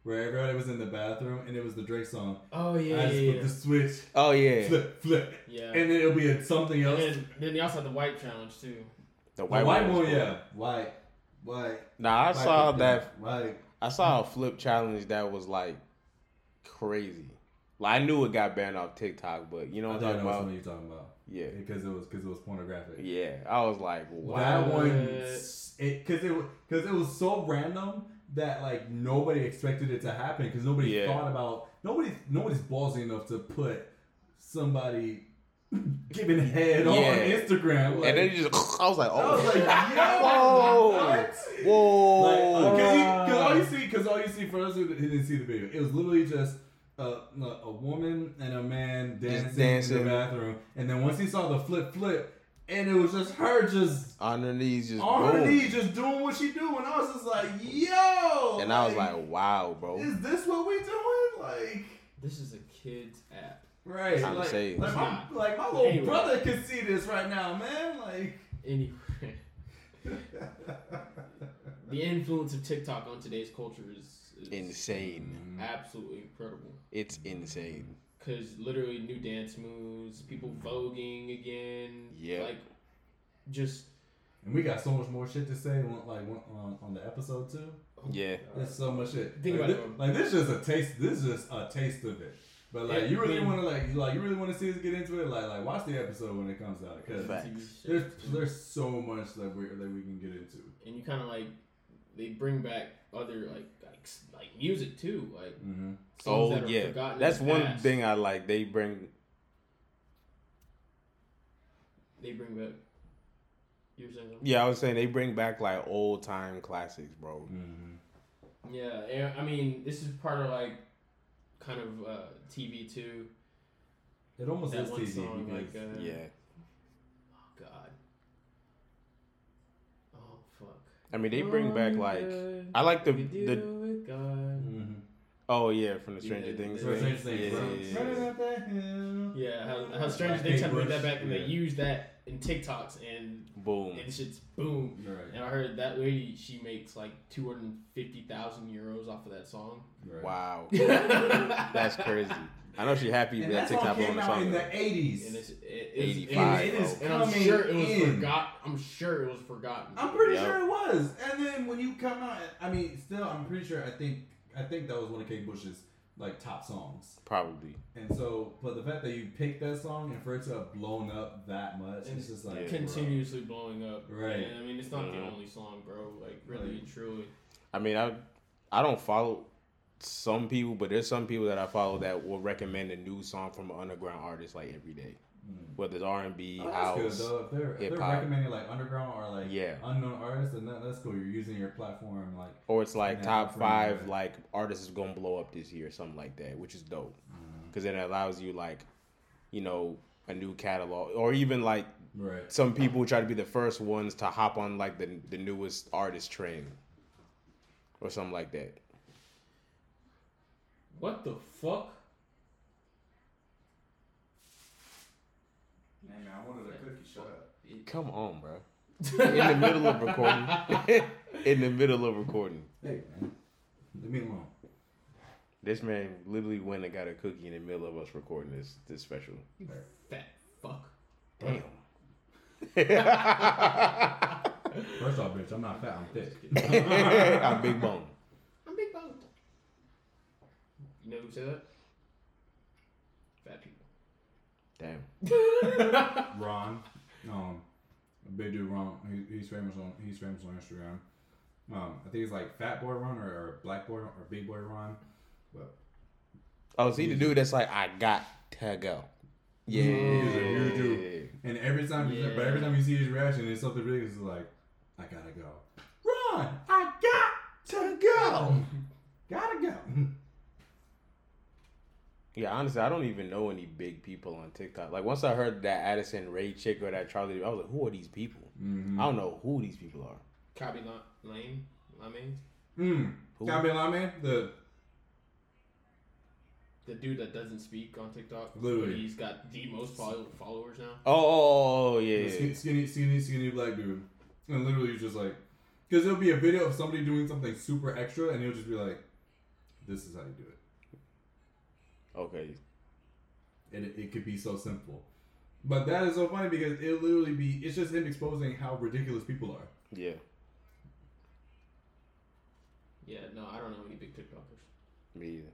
[SPEAKER 2] where everybody was in the bathroom and it was the Drake song.
[SPEAKER 3] Oh
[SPEAKER 2] I
[SPEAKER 3] yeah,
[SPEAKER 2] just
[SPEAKER 3] yeah,
[SPEAKER 2] flipped the switch,
[SPEAKER 1] Oh yeah.
[SPEAKER 2] flip, flip.
[SPEAKER 3] yeah. yeah.
[SPEAKER 2] And then it'll be a something
[SPEAKER 3] And
[SPEAKER 2] else.
[SPEAKER 3] then, then they also had the white challenge too.
[SPEAKER 1] The
[SPEAKER 2] white, white
[SPEAKER 1] was
[SPEAKER 2] one,
[SPEAKER 1] cool.
[SPEAKER 2] yeah. White. White.
[SPEAKER 1] Nah, I
[SPEAKER 2] White
[SPEAKER 1] saw
[SPEAKER 2] people,
[SPEAKER 1] that.
[SPEAKER 2] White.
[SPEAKER 1] I saw a
[SPEAKER 2] Mm-hmm.
[SPEAKER 1] flip challenge that was like crazy. Like I knew it got banned off TikTok, but you know
[SPEAKER 2] I
[SPEAKER 1] what I'm
[SPEAKER 2] think I
[SPEAKER 1] talking
[SPEAKER 2] know which one
[SPEAKER 1] about?
[SPEAKER 2] you're talking about.
[SPEAKER 1] Yeah,
[SPEAKER 2] Because it was because it was pornographic.
[SPEAKER 1] yeah. I was like,
[SPEAKER 3] Wow.
[SPEAKER 1] what?
[SPEAKER 2] That one,
[SPEAKER 3] What?
[SPEAKER 2] because it because it was so random that like nobody expected it to happen because nobody
[SPEAKER 1] Yeah.
[SPEAKER 2] thought about nobody nobody's ballsy enough to put somebody giving head on
[SPEAKER 1] Yeah.
[SPEAKER 2] Instagram. Like,
[SPEAKER 1] and then you just, I was like,
[SPEAKER 2] I was
[SPEAKER 1] oh,
[SPEAKER 2] like, yo,
[SPEAKER 1] Whoa.
[SPEAKER 2] what?
[SPEAKER 1] whoa.
[SPEAKER 2] Because all you see, because all you see for those who didn't see the video, it was literally just a, a woman and a man dancing,
[SPEAKER 1] dancing.
[SPEAKER 2] in the bathroom, and then once he saw the flip flip, and it was just her just
[SPEAKER 1] on her knees, just
[SPEAKER 2] on her
[SPEAKER 1] boom.
[SPEAKER 2] knees, just doing what she do, and I was just like, yo,
[SPEAKER 1] and I was like, wow, bro.
[SPEAKER 2] is Oh, this what we doing? Like.
[SPEAKER 3] This is a kids app.
[SPEAKER 2] Right,
[SPEAKER 1] Time to
[SPEAKER 2] like,
[SPEAKER 1] save.
[SPEAKER 2] like, my, like my little
[SPEAKER 3] Anyway.
[SPEAKER 2] brother can see this right now, man. Like,
[SPEAKER 3] Anyway, the influence of TikTok on today's culture is, is
[SPEAKER 1] Insane.
[SPEAKER 3] absolutely incredible.
[SPEAKER 1] It's insane.
[SPEAKER 3] Cause literally new dance moves, people voguing again.
[SPEAKER 1] Yeah.
[SPEAKER 3] like just
[SPEAKER 2] and we got so much more shit to say, on, like on, on the episode too.
[SPEAKER 3] oh
[SPEAKER 1] Yeah.
[SPEAKER 2] There's so much shit.
[SPEAKER 3] Think
[SPEAKER 2] like,
[SPEAKER 3] about
[SPEAKER 2] thi-
[SPEAKER 3] it.
[SPEAKER 2] like, this is a taste. This is just a taste of it. But like,
[SPEAKER 3] Yeah,
[SPEAKER 2] you really
[SPEAKER 3] I mean-
[SPEAKER 2] want to like, you like, you really want to see us get into it. Like, like, watch the episode when it comes out because
[SPEAKER 1] Fact.
[SPEAKER 2] there's there's so much that we that we can get into.
[SPEAKER 3] and you kind of like they bring back other like like, s- like music too, like
[SPEAKER 2] Mm-hmm.
[SPEAKER 3] songs
[SPEAKER 1] Oh
[SPEAKER 3] that are
[SPEAKER 1] yeah.
[SPEAKER 3] forgotten. in
[SPEAKER 1] That's
[SPEAKER 3] the
[SPEAKER 1] one
[SPEAKER 3] past,
[SPEAKER 1] thing I like. They bring.
[SPEAKER 3] they bring back. You were saying something?
[SPEAKER 1] Yeah, I was saying they bring back like old time classics, bro.
[SPEAKER 2] Mm-hmm.
[SPEAKER 3] Yeah, and, I mean this is part of like kind of uh, TV too.
[SPEAKER 2] It almost
[SPEAKER 3] That
[SPEAKER 2] is
[SPEAKER 3] one
[SPEAKER 2] TV
[SPEAKER 3] song,
[SPEAKER 2] because
[SPEAKER 3] like uh,
[SPEAKER 1] Yeah.
[SPEAKER 3] Oh God. Oh fuck.
[SPEAKER 2] Oh,
[SPEAKER 1] I mean, they bring back like I like the
[SPEAKER 3] We
[SPEAKER 1] the
[SPEAKER 3] do
[SPEAKER 2] Mm-hmm.
[SPEAKER 1] Oh yeah, from the Stranger
[SPEAKER 4] Yeah,
[SPEAKER 1] Things.
[SPEAKER 4] yeah,
[SPEAKER 1] thing.
[SPEAKER 2] Stranger
[SPEAKER 1] Yeah,
[SPEAKER 2] Things,
[SPEAKER 1] yeah,
[SPEAKER 2] bro.
[SPEAKER 1] yeah, yeah.
[SPEAKER 2] Running up that hill.
[SPEAKER 3] Yeah, how, how Stranger Things had to bring that back, and they
[SPEAKER 2] Yeah.
[SPEAKER 3] used that in TikToks, and
[SPEAKER 1] Boom.
[SPEAKER 3] and shit's boom.
[SPEAKER 2] Right,
[SPEAKER 3] And I heard that lady, she makes like two hundred fifty thousand euros off of that song.
[SPEAKER 2] right.
[SPEAKER 1] Wow.
[SPEAKER 3] That's
[SPEAKER 1] That's crazy. I know she happy
[SPEAKER 2] And
[SPEAKER 1] with that
[SPEAKER 2] that song
[SPEAKER 1] TikTok on
[SPEAKER 2] came
[SPEAKER 1] the
[SPEAKER 2] out in
[SPEAKER 1] song.
[SPEAKER 2] the
[SPEAKER 3] And
[SPEAKER 2] '80s.
[SPEAKER 3] it's it, it's,
[SPEAKER 1] Eighty
[SPEAKER 3] and
[SPEAKER 1] five.
[SPEAKER 2] it is
[SPEAKER 3] And I'm
[SPEAKER 2] coming
[SPEAKER 3] sure it was
[SPEAKER 2] in.
[SPEAKER 3] forgot. I'm sure it was forgotten.
[SPEAKER 2] I'm pretty
[SPEAKER 1] Yep.
[SPEAKER 2] sure it was. And then when you come out, I mean, still, I'm pretty sure. I think I think that was one of Kate Bush's like top songs.
[SPEAKER 1] Probably.
[SPEAKER 2] And so, but the fact that you picked that song and for it to have blown up that much, it's just like
[SPEAKER 1] Yeah.
[SPEAKER 2] bro.
[SPEAKER 3] continuously blowing up.
[SPEAKER 2] Right.
[SPEAKER 3] And, I mean, it's not the
[SPEAKER 1] Mhm.
[SPEAKER 3] only song, bro. Like really
[SPEAKER 2] Right.
[SPEAKER 3] and truly.
[SPEAKER 1] I mean, I I don't follow some people, but there's some people that I follow that will recommend a new song from an underground artist like every day,
[SPEAKER 2] Mm.
[SPEAKER 1] whether it's R and B,
[SPEAKER 2] Oh, that's
[SPEAKER 1] house.
[SPEAKER 2] good though. If they're, if
[SPEAKER 1] hip
[SPEAKER 2] they're
[SPEAKER 1] hop.
[SPEAKER 2] recommending like underground or like
[SPEAKER 1] Yeah.
[SPEAKER 2] unknown artists, then that, that's cool. You're using your platform like
[SPEAKER 1] or it's like
[SPEAKER 2] Yeah,
[SPEAKER 1] top
[SPEAKER 2] pretty
[SPEAKER 1] five
[SPEAKER 2] good.
[SPEAKER 1] like artists is gonna blow up this year, something like that, which is dope because it allows you like, you know, a new catalog or even like
[SPEAKER 2] right.
[SPEAKER 1] some people try to be the first ones to hop on like the the newest artist train or something like that.
[SPEAKER 3] What the fuck?
[SPEAKER 4] Hey man, I wanted a cookie. Shut up.
[SPEAKER 1] Come on, bro. In the middle of recording. In the middle of recording.
[SPEAKER 2] Hey man, leave me alone.
[SPEAKER 1] This man literally went and got a cookie in the middle of us recording this this special.
[SPEAKER 3] You fat fuck.
[SPEAKER 1] Damn.
[SPEAKER 2] First off, bitch, I'm not fat. I'm thick.
[SPEAKER 1] I'm big bone.
[SPEAKER 3] I'm big boned. You know who said that? Fat people.
[SPEAKER 1] Damn.
[SPEAKER 2] Ron, um, a big dude Ron. He, he's famous on he's famous on Instagram. Um, I think it's like Fat Boy Ron or, or Black Boy Ron or Big Boy Ron. But
[SPEAKER 1] Oh, see the dude that's like, I got to go. Yeah.
[SPEAKER 2] He's a huge dude. and every time,
[SPEAKER 3] Yeah.
[SPEAKER 2] but every time you see his reaction, it's something ridiculous. It's like, I gotta go. Ron, I got to go. gotta go.
[SPEAKER 1] Yeah, honestly, I don't even know any big people on TikTok. Like once I heard that Addison Ray chick or that Charlie, I was like, who are these people?
[SPEAKER 2] Mm-hmm.
[SPEAKER 1] I don't know who these people are.
[SPEAKER 3] Copy not lame. I mean,
[SPEAKER 2] Mm.
[SPEAKER 1] Who?
[SPEAKER 2] Can I be a lineman? The
[SPEAKER 3] the dude that doesn't speak on TikTok.
[SPEAKER 2] Literally.
[SPEAKER 3] but He's got the most follow- followers now.
[SPEAKER 1] Oh, oh, oh, oh yeah.
[SPEAKER 2] the skin- skinny, skinny, skinny black dude. And literally he's just like, because there'll be a video of somebody doing something super extra, and he'll just be like, this is how you do it.
[SPEAKER 1] Okay.
[SPEAKER 2] And it, it could be so simple. But that is so funny because it'll literally be, it's just him exposing how ridiculous people are.
[SPEAKER 1] Yeah.
[SPEAKER 3] Yeah, no, I don't know any big TikTokers.
[SPEAKER 1] Me either.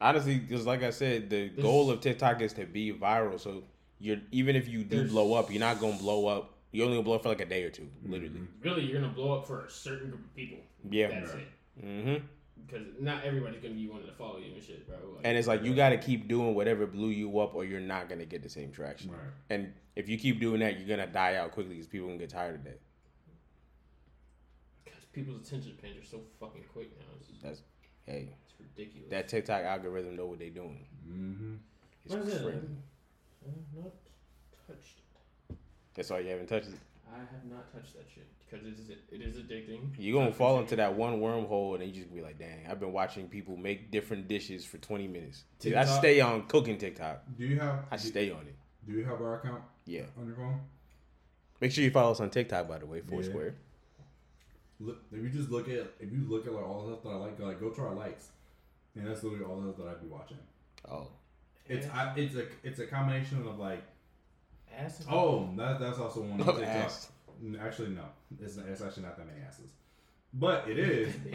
[SPEAKER 1] Honestly, just like I said, the
[SPEAKER 3] This-
[SPEAKER 1] goal of TikTok is to be viral. So you're even if you do
[SPEAKER 3] There's-
[SPEAKER 1] blow up, you're not gonna blow up. You're only gonna blow up for like a day or two, literally.
[SPEAKER 3] Really, you're gonna blow up for a certain group of people.
[SPEAKER 1] Yeah.
[SPEAKER 3] That's it.
[SPEAKER 1] Mm-hmm.
[SPEAKER 3] Because not everybody's gonna be wanting to follow you and shit, bro. Like,
[SPEAKER 1] And it's like you got to keep doing whatever blew you up, or you're not gonna get the same traction.
[SPEAKER 2] Right.
[SPEAKER 1] And if you keep doing that, you're gonna die out quickly because people gonna get tired of that.
[SPEAKER 3] Because people's attention spans are so fucking quick now. It's, just,
[SPEAKER 1] That's hey,
[SPEAKER 3] it's ridiculous.
[SPEAKER 1] that TikTok algorithm know what they're doing.
[SPEAKER 2] Mm-hmm.
[SPEAKER 1] It's
[SPEAKER 3] What is it?
[SPEAKER 1] crazy.
[SPEAKER 3] I have not touched.
[SPEAKER 1] That's why you haven't touched it.
[SPEAKER 3] I have not touched that shit because it is it is addicting.
[SPEAKER 1] You're gonna fall into that one wormhole and then you just be like, dang, I've been watching people make different dishes for 20 minutes. Dude, I
[SPEAKER 2] TikTok.
[SPEAKER 1] stay on cooking TikTok.
[SPEAKER 2] Do you have
[SPEAKER 1] I
[SPEAKER 2] do,
[SPEAKER 1] stay on it.
[SPEAKER 2] do you have our account
[SPEAKER 1] Yeah.
[SPEAKER 2] on your phone?
[SPEAKER 1] Make sure you follow us on TikTok, by the way, Foursquare.
[SPEAKER 2] Look, if you just look at if you look at like all the stuff that I like, like go to our likes, and that's literally all the stuff that I'd be watching.
[SPEAKER 1] Oh.
[SPEAKER 2] It's I, it's a it's a combination of like
[SPEAKER 3] Ass.
[SPEAKER 2] Oh, that, that's also one on
[SPEAKER 1] Of
[SPEAKER 2] TikTok.
[SPEAKER 1] ass.
[SPEAKER 2] N- Actually, no. It's, it's actually not that many asses. But it is. It's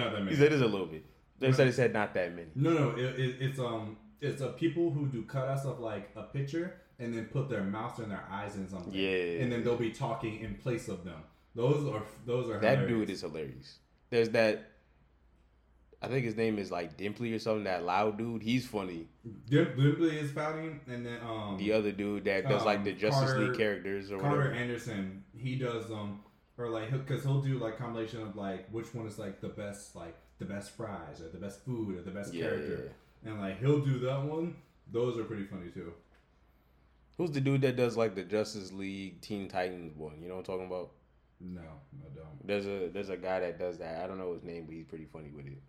[SPEAKER 2] not that
[SPEAKER 1] he
[SPEAKER 2] many.
[SPEAKER 1] said it's a little bit. They said it said not that many.
[SPEAKER 2] no, no. It, it, it's um, it's uh, people who do cutouts of like a picture and then put their mouths and their eyes in something.
[SPEAKER 1] Yeah.
[SPEAKER 2] And then they'll be talking in place of them. Those are those are
[SPEAKER 1] That
[SPEAKER 2] hilarious.
[SPEAKER 1] dude is hilarious. There's that I think his name is like Dimply or something, that loud dude. He's funny.
[SPEAKER 2] Dim- Dibley is pouting, and then um,
[SPEAKER 1] The other dude that does like
[SPEAKER 2] Um,
[SPEAKER 1] the Justice
[SPEAKER 2] Carter-
[SPEAKER 1] League characters or
[SPEAKER 2] Carter
[SPEAKER 1] whatever.
[SPEAKER 2] Anderson, he does um or like he'll, cause he'll do like compilation of like which one is like the best like the best fries or the best food or the best
[SPEAKER 1] Yeah.
[SPEAKER 2] character, and like he'll do that one. Those are pretty funny too.
[SPEAKER 1] Who's the dude that does like the Justice League Teen Titans one? You know what I'm talking about?
[SPEAKER 2] No, I don't.
[SPEAKER 1] There's a there's a guy that does that. I don't know his name, but he's pretty funny with it.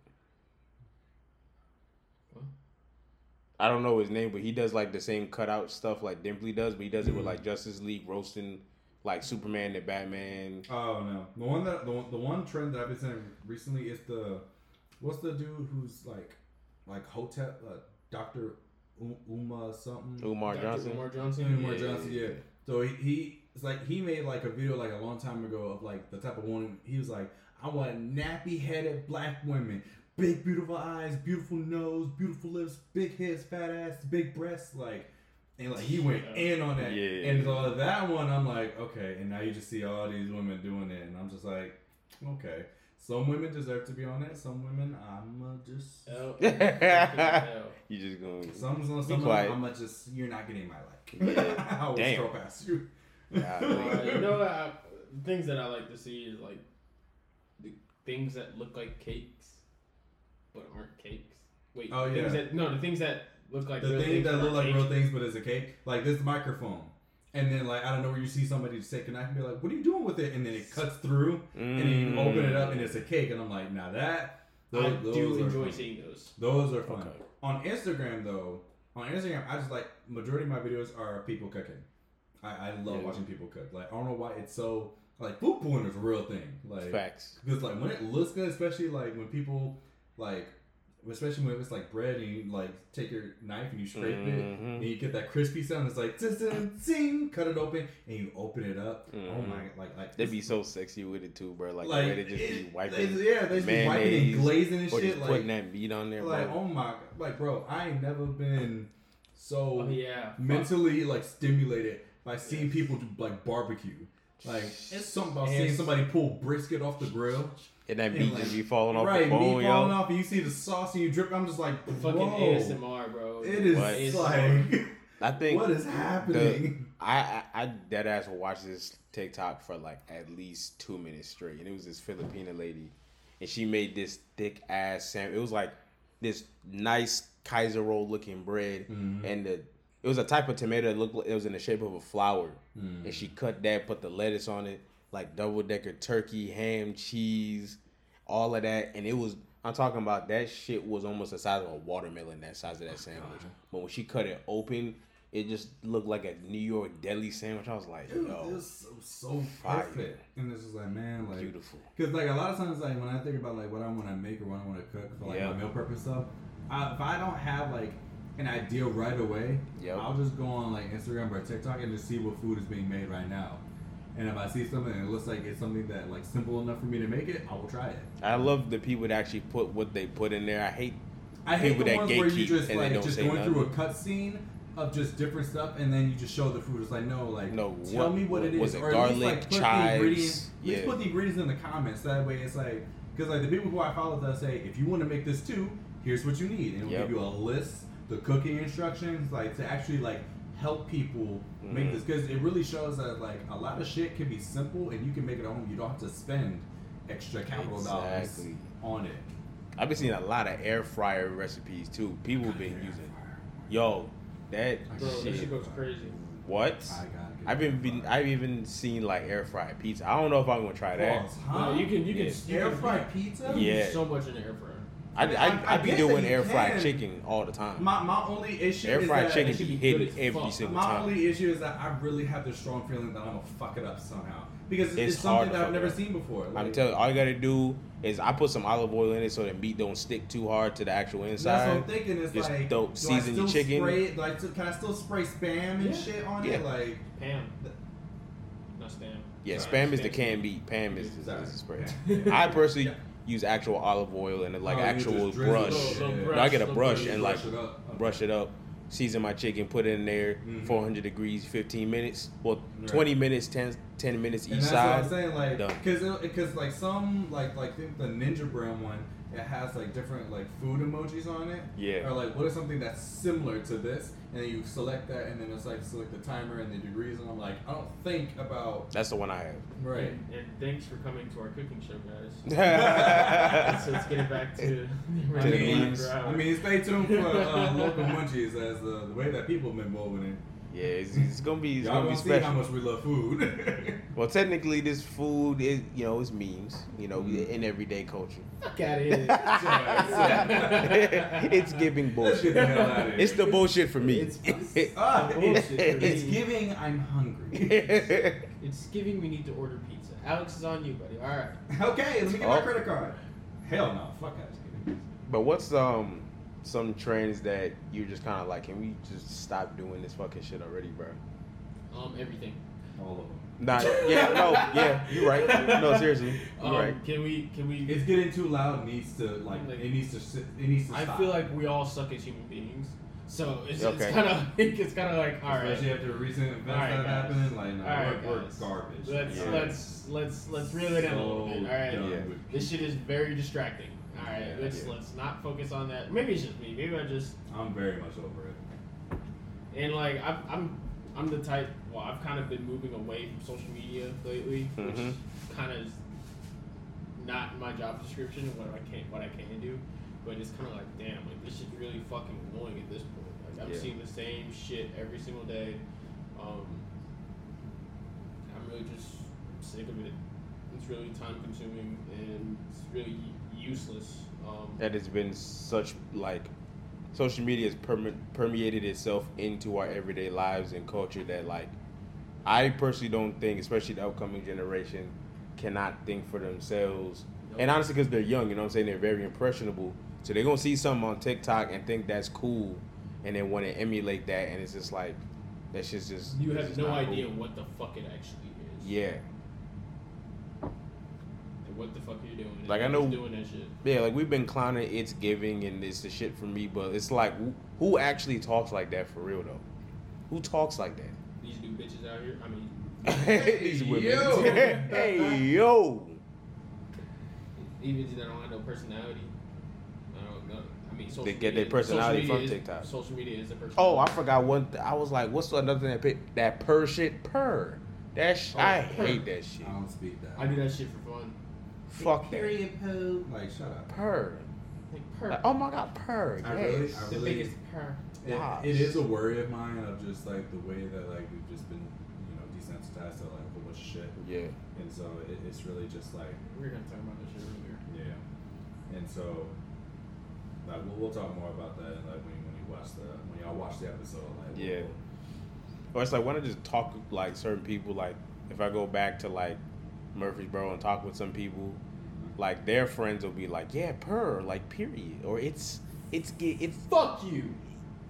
[SPEAKER 1] I don't know his name, but he does like the same cutout stuff like Dimpley does, but he does it with like Justice League roasting like Superman and Batman.
[SPEAKER 2] Oh no, the one that the, one- the one trend that I've been seeing recently is the what's the dude who's like like Hotep uh, Doctor Uma something
[SPEAKER 1] Umar
[SPEAKER 3] Dr.
[SPEAKER 1] Johnson.
[SPEAKER 3] Umar Johnson.
[SPEAKER 2] Umar
[SPEAKER 3] yeah.
[SPEAKER 2] Johnson, yeah. So he, he it's like he made like a video like a long time ago of like the type of woman he was like, I want nappy headed black women, big beautiful eyes, beautiful nose, beautiful lips, big hips, fat ass, big breasts, like and like he went in on that.
[SPEAKER 1] Yeah.
[SPEAKER 2] And so that one I'm like, okay, and now you just see all these women doing it and I'm just like, okay. Some women deserve to be on it, some women I'ma just
[SPEAKER 3] L- L.
[SPEAKER 1] You just going
[SPEAKER 2] some some, some of
[SPEAKER 1] quiet.
[SPEAKER 2] them I'ma just you're not getting my like.
[SPEAKER 1] Yeah.
[SPEAKER 2] I will
[SPEAKER 1] Damn.
[SPEAKER 2] stroll past you.
[SPEAKER 1] Yeah, I
[SPEAKER 3] Uh, you know, I, things that I like to see is like the things that look like cakes, but aren't cakes. Wait,
[SPEAKER 2] Oh,
[SPEAKER 3] the things
[SPEAKER 2] yeah.
[SPEAKER 3] that, no, the things that look like
[SPEAKER 2] the
[SPEAKER 3] real
[SPEAKER 2] thing
[SPEAKER 3] things
[SPEAKER 2] that
[SPEAKER 3] but
[SPEAKER 2] look
[SPEAKER 3] aren't
[SPEAKER 2] like real
[SPEAKER 3] cakes.
[SPEAKER 2] things, but it's a cake, like this microphone. And then like I don't know where you see somebody just take a knife and be like, "What are you doing with it?" And then it cuts through,
[SPEAKER 1] Mm.
[SPEAKER 2] and then you open it up, and it's a cake. And I'm like, "Now that
[SPEAKER 3] I
[SPEAKER 2] those, those
[SPEAKER 3] do
[SPEAKER 2] are
[SPEAKER 3] enjoy
[SPEAKER 2] fun.
[SPEAKER 3] seeing those.
[SPEAKER 2] Those are fun.
[SPEAKER 1] Okay.
[SPEAKER 2] On Instagram though, on Instagram, I just like majority of my videos are people cooking. I, I love
[SPEAKER 1] Yeah.
[SPEAKER 2] watching people cook. Like I don't know why it's so like food porn is a real thing. Like
[SPEAKER 1] Facts.
[SPEAKER 2] because like when it looks good, especially like when people like, especially when it's like bread and you like take your knife and you scrape it
[SPEAKER 1] Mhm.
[SPEAKER 2] and you get that crispy sound. It's like zing, zing, zing, cut it open and you open it up. Oh
[SPEAKER 1] Mhm.
[SPEAKER 2] my, like like
[SPEAKER 1] They'd be so sexy with it too, bro. Like, the way they just be
[SPEAKER 2] it-
[SPEAKER 1] wiping
[SPEAKER 2] they- yeah, they just be wiping
[SPEAKER 1] mayonnaise
[SPEAKER 2] and glazing and
[SPEAKER 1] or
[SPEAKER 2] shit.
[SPEAKER 1] just putting
[SPEAKER 2] Like,
[SPEAKER 1] that meat on there,
[SPEAKER 2] like
[SPEAKER 1] bro.
[SPEAKER 2] oh my, God. like bro, I ain't never been so
[SPEAKER 3] Oh yeah, Fuck.
[SPEAKER 2] mentally like stimulated by seeing people do like barbecue. Like it's something about
[SPEAKER 3] And-
[SPEAKER 2] seeing somebody pull brisket off the grill.
[SPEAKER 1] and that
[SPEAKER 2] and
[SPEAKER 1] meat
[SPEAKER 2] like-
[SPEAKER 1] just be falling off
[SPEAKER 2] Right,
[SPEAKER 1] the
[SPEAKER 2] meat
[SPEAKER 1] bone,
[SPEAKER 2] falling
[SPEAKER 1] yo.
[SPEAKER 2] off, and you see the sauce, and you drip. I'm just like,
[SPEAKER 3] fucking
[SPEAKER 2] whoa,
[SPEAKER 3] ASMR, bro.
[SPEAKER 2] it is
[SPEAKER 1] What?
[SPEAKER 2] like,
[SPEAKER 1] I think
[SPEAKER 2] what is happening?
[SPEAKER 1] I, I I dead ass watched this TikTok for like at least two minutes straight, and it was this Filipina lady, and she made this thick ass sandwich. It was like this nice Kaiser roll looking bread,
[SPEAKER 2] Mm-hmm.
[SPEAKER 1] and the it was a type of tomato that looked like it was in the shape of a flower,
[SPEAKER 2] Mm-hmm.
[SPEAKER 1] and she cut that, put the lettuce on it, like double decker turkey, ham, cheese, all of that, and it was. I'm talking about that shit was almost the size of a watermelon, that size of that sandwich. But when she cut it open, it just looked like a New York deli sandwich. I was like,
[SPEAKER 2] Dude,
[SPEAKER 1] yo,
[SPEAKER 2] It was so, so
[SPEAKER 1] Fire.
[SPEAKER 2] perfect, and it's just like, man, like,
[SPEAKER 1] beautiful.
[SPEAKER 2] Because like a lot of times, like when I think about like what I want to make or what I want to cook for like
[SPEAKER 1] Yeah.
[SPEAKER 2] my meal prep and stuff, I, if I don't have like an idea right away,
[SPEAKER 1] Yep.
[SPEAKER 2] I'll just go on like Instagram or TikTok and just see what food is being made right now. And if I see something and it looks like it's something that like simple enough for me to make it, I will try it.
[SPEAKER 1] I love the people that actually put what they put in there. I hate
[SPEAKER 2] I hate
[SPEAKER 1] people
[SPEAKER 2] the
[SPEAKER 1] that
[SPEAKER 2] ones where you
[SPEAKER 1] gatekeep
[SPEAKER 2] just
[SPEAKER 1] and they
[SPEAKER 2] like
[SPEAKER 1] don't
[SPEAKER 2] just
[SPEAKER 1] say
[SPEAKER 2] going
[SPEAKER 1] nothing.
[SPEAKER 2] through a cutscene of just different stuff, and then you just show the food. It's like no, like
[SPEAKER 1] No,
[SPEAKER 2] tell
[SPEAKER 1] what-
[SPEAKER 2] me what it is,
[SPEAKER 1] was it
[SPEAKER 2] or at least,
[SPEAKER 1] garlic,
[SPEAKER 2] like, put the
[SPEAKER 1] chives?
[SPEAKER 2] ingredients- at least
[SPEAKER 1] Yeah.
[SPEAKER 2] put the ingredients in the comments. That way, it's like because like the people who I follow that say, if you want to make this too, here's what you need, and it'll
[SPEAKER 1] Yep.
[SPEAKER 2] give you a list, the cooking instructions, like to actually like help people make
[SPEAKER 1] Mhm.
[SPEAKER 2] this because it really shows that like a lot of shit can be simple and you can make it at home. You don't have to spend extra capital dollars
[SPEAKER 1] Exactly.
[SPEAKER 2] on it.
[SPEAKER 1] I've been seeing a lot of air fryer recipes too. People been using, yo, that
[SPEAKER 3] Bro, that shit
[SPEAKER 1] shit.
[SPEAKER 3] goes crazy.
[SPEAKER 1] What?
[SPEAKER 2] I gotta get
[SPEAKER 1] I've been,
[SPEAKER 2] that
[SPEAKER 1] been
[SPEAKER 2] fire.
[SPEAKER 1] I've even seen like air fried pizza. I don't know if I'm gonna try that.
[SPEAKER 2] Pause, huh?
[SPEAKER 3] No, you can you can
[SPEAKER 1] Yeah.
[SPEAKER 3] you
[SPEAKER 2] air
[SPEAKER 3] can-
[SPEAKER 2] fried pizza.
[SPEAKER 3] you can do
[SPEAKER 1] Yeah.
[SPEAKER 3] so much in the air fryer.
[SPEAKER 1] I
[SPEAKER 2] mean,
[SPEAKER 1] I,
[SPEAKER 2] I- I
[SPEAKER 1] I, be
[SPEAKER 2] guess
[SPEAKER 1] doing
[SPEAKER 2] that you
[SPEAKER 1] air fried
[SPEAKER 2] can.
[SPEAKER 1] chicken all the time.
[SPEAKER 2] My my only issue
[SPEAKER 1] air
[SPEAKER 2] is
[SPEAKER 1] fried
[SPEAKER 2] that
[SPEAKER 1] chicken
[SPEAKER 3] should
[SPEAKER 1] be
[SPEAKER 3] be
[SPEAKER 1] hidden
[SPEAKER 3] good as
[SPEAKER 1] every
[SPEAKER 3] fuck.
[SPEAKER 1] single
[SPEAKER 2] My
[SPEAKER 1] time.
[SPEAKER 2] only issue is that I really have the strong feeling that I'm gonna fuck it up somehow because it's,
[SPEAKER 1] It's
[SPEAKER 2] it's something
[SPEAKER 1] hard to
[SPEAKER 2] that I've
[SPEAKER 1] fuck
[SPEAKER 2] never
[SPEAKER 1] it up.
[SPEAKER 2] seen before. Like,
[SPEAKER 1] I'm telling you, all you gotta do is I put some olive oil in it so the meat don't stick too hard to the actual
[SPEAKER 2] that's what
[SPEAKER 1] inside.
[SPEAKER 2] I'm thinking. It's
[SPEAKER 1] Just
[SPEAKER 2] like,
[SPEAKER 1] don't
[SPEAKER 2] do I
[SPEAKER 1] season your
[SPEAKER 2] still
[SPEAKER 1] chicken.
[SPEAKER 2] Spray, it? like, so- can I still spray spam and
[SPEAKER 3] Yeah.
[SPEAKER 2] shit on
[SPEAKER 1] Yeah.
[SPEAKER 2] it? Like,
[SPEAKER 3] Pam, not spam.
[SPEAKER 1] Yeah,
[SPEAKER 3] Sorry,
[SPEAKER 1] spam is the canned meat. Pam is, is,
[SPEAKER 2] Sorry.
[SPEAKER 1] is the spray.
[SPEAKER 2] Yeah.
[SPEAKER 1] I personally
[SPEAKER 2] Yeah.
[SPEAKER 1] use actual olive oil and like
[SPEAKER 2] Oh, you
[SPEAKER 1] actual
[SPEAKER 2] just drizzle
[SPEAKER 1] brush.
[SPEAKER 2] it.
[SPEAKER 3] Little- little
[SPEAKER 2] Yeah.
[SPEAKER 1] No, I get a
[SPEAKER 3] Brush,
[SPEAKER 1] brush
[SPEAKER 3] little
[SPEAKER 1] and like
[SPEAKER 2] brush it up. Okay.
[SPEAKER 1] brush it up, season my chicken, put it in there,
[SPEAKER 2] Mhm.
[SPEAKER 1] 400 degrees, 15 minutes, well,
[SPEAKER 2] Right.
[SPEAKER 1] 20 minutes, 10, 10 minutes
[SPEAKER 2] And
[SPEAKER 1] each
[SPEAKER 2] that's
[SPEAKER 1] side.
[SPEAKER 2] what I'm saying, like,
[SPEAKER 1] done.
[SPEAKER 2] because because like some like like the, the ninja brand one, it has like different like food emojis on it.
[SPEAKER 1] Yeah.
[SPEAKER 2] Or like, what is something that's similar to this? And then you select that, and then it's like select the timer and the degrees, and I'm like, I don't think about
[SPEAKER 1] That's the one I
[SPEAKER 2] right.
[SPEAKER 3] And, and thanks for coming to our cooking show, guys.
[SPEAKER 1] have.
[SPEAKER 3] so let's get it back to the
[SPEAKER 2] I
[SPEAKER 1] the
[SPEAKER 2] mean,
[SPEAKER 1] memes.
[SPEAKER 2] I mean, stay tuned for uh, local munchies as uh, the way that people have been moving it.
[SPEAKER 1] Yeah, it's, it's gonna be it's
[SPEAKER 2] Y'all
[SPEAKER 1] gonna
[SPEAKER 2] gonna
[SPEAKER 1] be
[SPEAKER 2] see how
[SPEAKER 1] special.
[SPEAKER 2] much we love food.
[SPEAKER 1] Well, technically, this food is you know it's memes. You know, in everyday culture,
[SPEAKER 3] Fuck out of here.
[SPEAKER 1] it's giving
[SPEAKER 2] Let's
[SPEAKER 1] bullshit.
[SPEAKER 2] get the hell out of here.
[SPEAKER 1] It's the bullshit for me.
[SPEAKER 3] It's- it's-
[SPEAKER 2] ah,
[SPEAKER 3] bullshit for
[SPEAKER 2] it's
[SPEAKER 3] me.
[SPEAKER 2] giving. I'm hungry.
[SPEAKER 1] That's
[SPEAKER 3] It's giving we need to order pizza. Alex is on you, buddy. All right.
[SPEAKER 2] okay, let me get my
[SPEAKER 1] Oh.
[SPEAKER 2] credit card. Hell no, fuck out.
[SPEAKER 1] But what's um some trends that you're just kind of like, can we just stop doing this fucking shit already, bro?
[SPEAKER 3] Um, everything.
[SPEAKER 2] All of them.
[SPEAKER 1] Nah, yeah, no, yeah, you're right. No, seriously, you're
[SPEAKER 3] Um,
[SPEAKER 1] right.
[SPEAKER 3] Can we? Can we?
[SPEAKER 2] It's getting too loud. Needs to like. It needs to. sit- It needs to
[SPEAKER 3] I
[SPEAKER 2] stop.
[SPEAKER 3] feel like we all suck as human beings. So it's,
[SPEAKER 1] Okay.
[SPEAKER 3] it's kind of it's kind of like all right.
[SPEAKER 2] Especially after recent events
[SPEAKER 3] All right,
[SPEAKER 2] that
[SPEAKER 3] guys.
[SPEAKER 2] happened, like no,
[SPEAKER 3] All right,
[SPEAKER 2] we're, we're
[SPEAKER 3] guys.
[SPEAKER 2] garbage.
[SPEAKER 3] Let's
[SPEAKER 1] Yeah.
[SPEAKER 3] let's let's let's reel it in a little bit. All right.
[SPEAKER 1] dumb. Yeah.
[SPEAKER 3] This shit is very distracting. All right.
[SPEAKER 2] Yeah,
[SPEAKER 3] let's
[SPEAKER 1] yeah.
[SPEAKER 3] let's not focus on that. Maybe it's just me. Maybe I just
[SPEAKER 2] I'm very much over it.
[SPEAKER 3] and like I'm I'm I'm the type. Well, I've kind of been moving away from social media lately, which
[SPEAKER 1] Mhm.
[SPEAKER 3] kind of is not my job description. What I can what I can do, but it's kind of like damn, like this shit's really fucking annoying at this point. Like I'm
[SPEAKER 1] Yeah.
[SPEAKER 3] seeing the same shit every single day. Um, I'm really just sick of it. It's really time consuming and it's really useless. Um,
[SPEAKER 1] That has been such like social media has perme- permeated itself into our everyday lives and culture that like I personally don't think, especially the upcoming generation, cannot think for themselves. And honestly, because they're young, you know what I'm saying? They're very impressionable. So they're going to see something on TikTok and think that's cool and then want to emulate that. And it's just like, that shit's just.
[SPEAKER 3] you
[SPEAKER 1] it's
[SPEAKER 3] have
[SPEAKER 1] just
[SPEAKER 3] no
[SPEAKER 1] not
[SPEAKER 3] idea
[SPEAKER 1] cool.
[SPEAKER 3] what the fuck it actually is.
[SPEAKER 1] Yeah.
[SPEAKER 3] Like, what the fuck are you doing?
[SPEAKER 1] Like, I
[SPEAKER 3] Who's
[SPEAKER 1] know-
[SPEAKER 3] doing that shit.
[SPEAKER 1] Yeah, like we've been clowning it's giving and it's the shit for me, but it's like, who, who actually talks like that for real, though? Who talks like that?
[SPEAKER 3] These new bitches out here. I mean,
[SPEAKER 1] These women.
[SPEAKER 2] yo.
[SPEAKER 1] hey, yo.
[SPEAKER 3] even if they don't have no personality. I don't know. I mean, social
[SPEAKER 1] They get
[SPEAKER 3] media-
[SPEAKER 1] their personality
[SPEAKER 3] social
[SPEAKER 1] from
[SPEAKER 3] media is-
[SPEAKER 1] TikTok.
[SPEAKER 3] Social media is a person.
[SPEAKER 1] Oh, I forgot one. Th- I was like, what's another thing that pit- that purr shit purr? That sh-
[SPEAKER 3] Oh,
[SPEAKER 1] I
[SPEAKER 3] purr.
[SPEAKER 1] hate that shit.
[SPEAKER 2] I don't speak that.
[SPEAKER 3] I do that shit for fun.
[SPEAKER 1] Fuck that
[SPEAKER 2] Oh. Period poo. Like shut up.
[SPEAKER 1] purr.
[SPEAKER 3] Like
[SPEAKER 1] Like,
[SPEAKER 3] perk.
[SPEAKER 1] oh my god, purr.
[SPEAKER 2] I really-
[SPEAKER 1] yes.
[SPEAKER 2] I
[SPEAKER 3] the
[SPEAKER 2] really-
[SPEAKER 3] biggest perk.
[SPEAKER 2] It,
[SPEAKER 1] Wow.
[SPEAKER 2] it is a worry of mine of just like the way that like we've just been you know desensitized to like a bunch of shit,
[SPEAKER 1] yeah.
[SPEAKER 2] and so it, it's really just like
[SPEAKER 3] We were gonna talk about this shit earlier.
[SPEAKER 2] yeah, and so like we'll, we'll talk more about that like when you, when you watch the when y'all watch the episode like we'll-
[SPEAKER 1] Yeah. Or it's like when I just talk like certain people, like if I go back to like Murfreesboro and talk with some people, like their friends will be like, yeah, purr, like period, or it's it's gi- it's
[SPEAKER 3] Fuck you.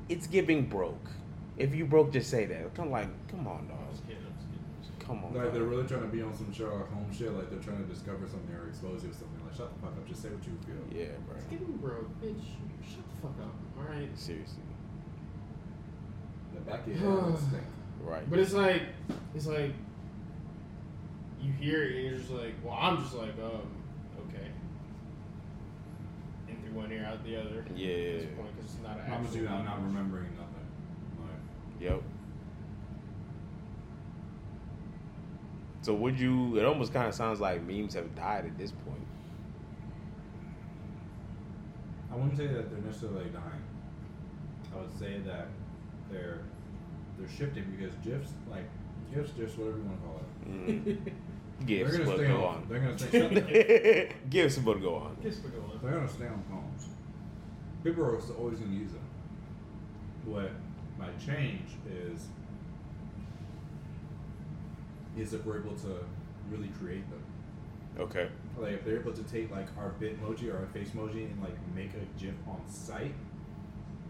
[SPEAKER 1] it's giving broke. If you broke, just say that. I'm like, come on,
[SPEAKER 3] I'm
[SPEAKER 1] dog.
[SPEAKER 3] just Oh, kidding. I'm just kidding.
[SPEAKER 1] Come on.
[SPEAKER 2] Like
[SPEAKER 1] dog.
[SPEAKER 2] they're really trying to be on some Sherlock Holmes shit. Like they're trying to discover something or expose you with something. Like shut the fuck up. Just say what you feel.
[SPEAKER 1] yeah,
[SPEAKER 3] Just
[SPEAKER 1] bro.
[SPEAKER 3] give me bro, bitch. Shut the fuck up. All right.
[SPEAKER 1] Seriously.
[SPEAKER 2] The back of your head would stink.
[SPEAKER 1] Right.
[SPEAKER 3] But it's like, it's like, you hear it and you're just like, well, I'm just like, um, okay. In through one ear, out the other.
[SPEAKER 1] Yeah.
[SPEAKER 3] At this point, 'cause it's not an
[SPEAKER 2] I'm
[SPEAKER 3] actual
[SPEAKER 2] just I'm not
[SPEAKER 3] language.
[SPEAKER 2] remembering nothing. Like,
[SPEAKER 1] Yep. So would you? It almost kind of sounds like memes have died at this point.
[SPEAKER 2] I wouldn't say that they're necessarily dying. I would say that they're they're shifting because GIFs like GIFs, GIFs, whatever you want to call it.
[SPEAKER 1] Mm.
[SPEAKER 2] they're
[SPEAKER 1] Gifts,
[SPEAKER 2] gonna
[SPEAKER 1] but
[SPEAKER 2] stay
[SPEAKER 1] go
[SPEAKER 2] on.
[SPEAKER 1] on.
[SPEAKER 2] They're gonna stay. shut the-
[SPEAKER 1] Gifts, but go on.
[SPEAKER 3] Just for going.
[SPEAKER 2] They're gonna stay on phones. People are also always gonna use them. What might change is is if we're able to really create them.
[SPEAKER 1] Okay.
[SPEAKER 2] Like if they're able to take like our bitmoji or our face emoji and like make a GIF on site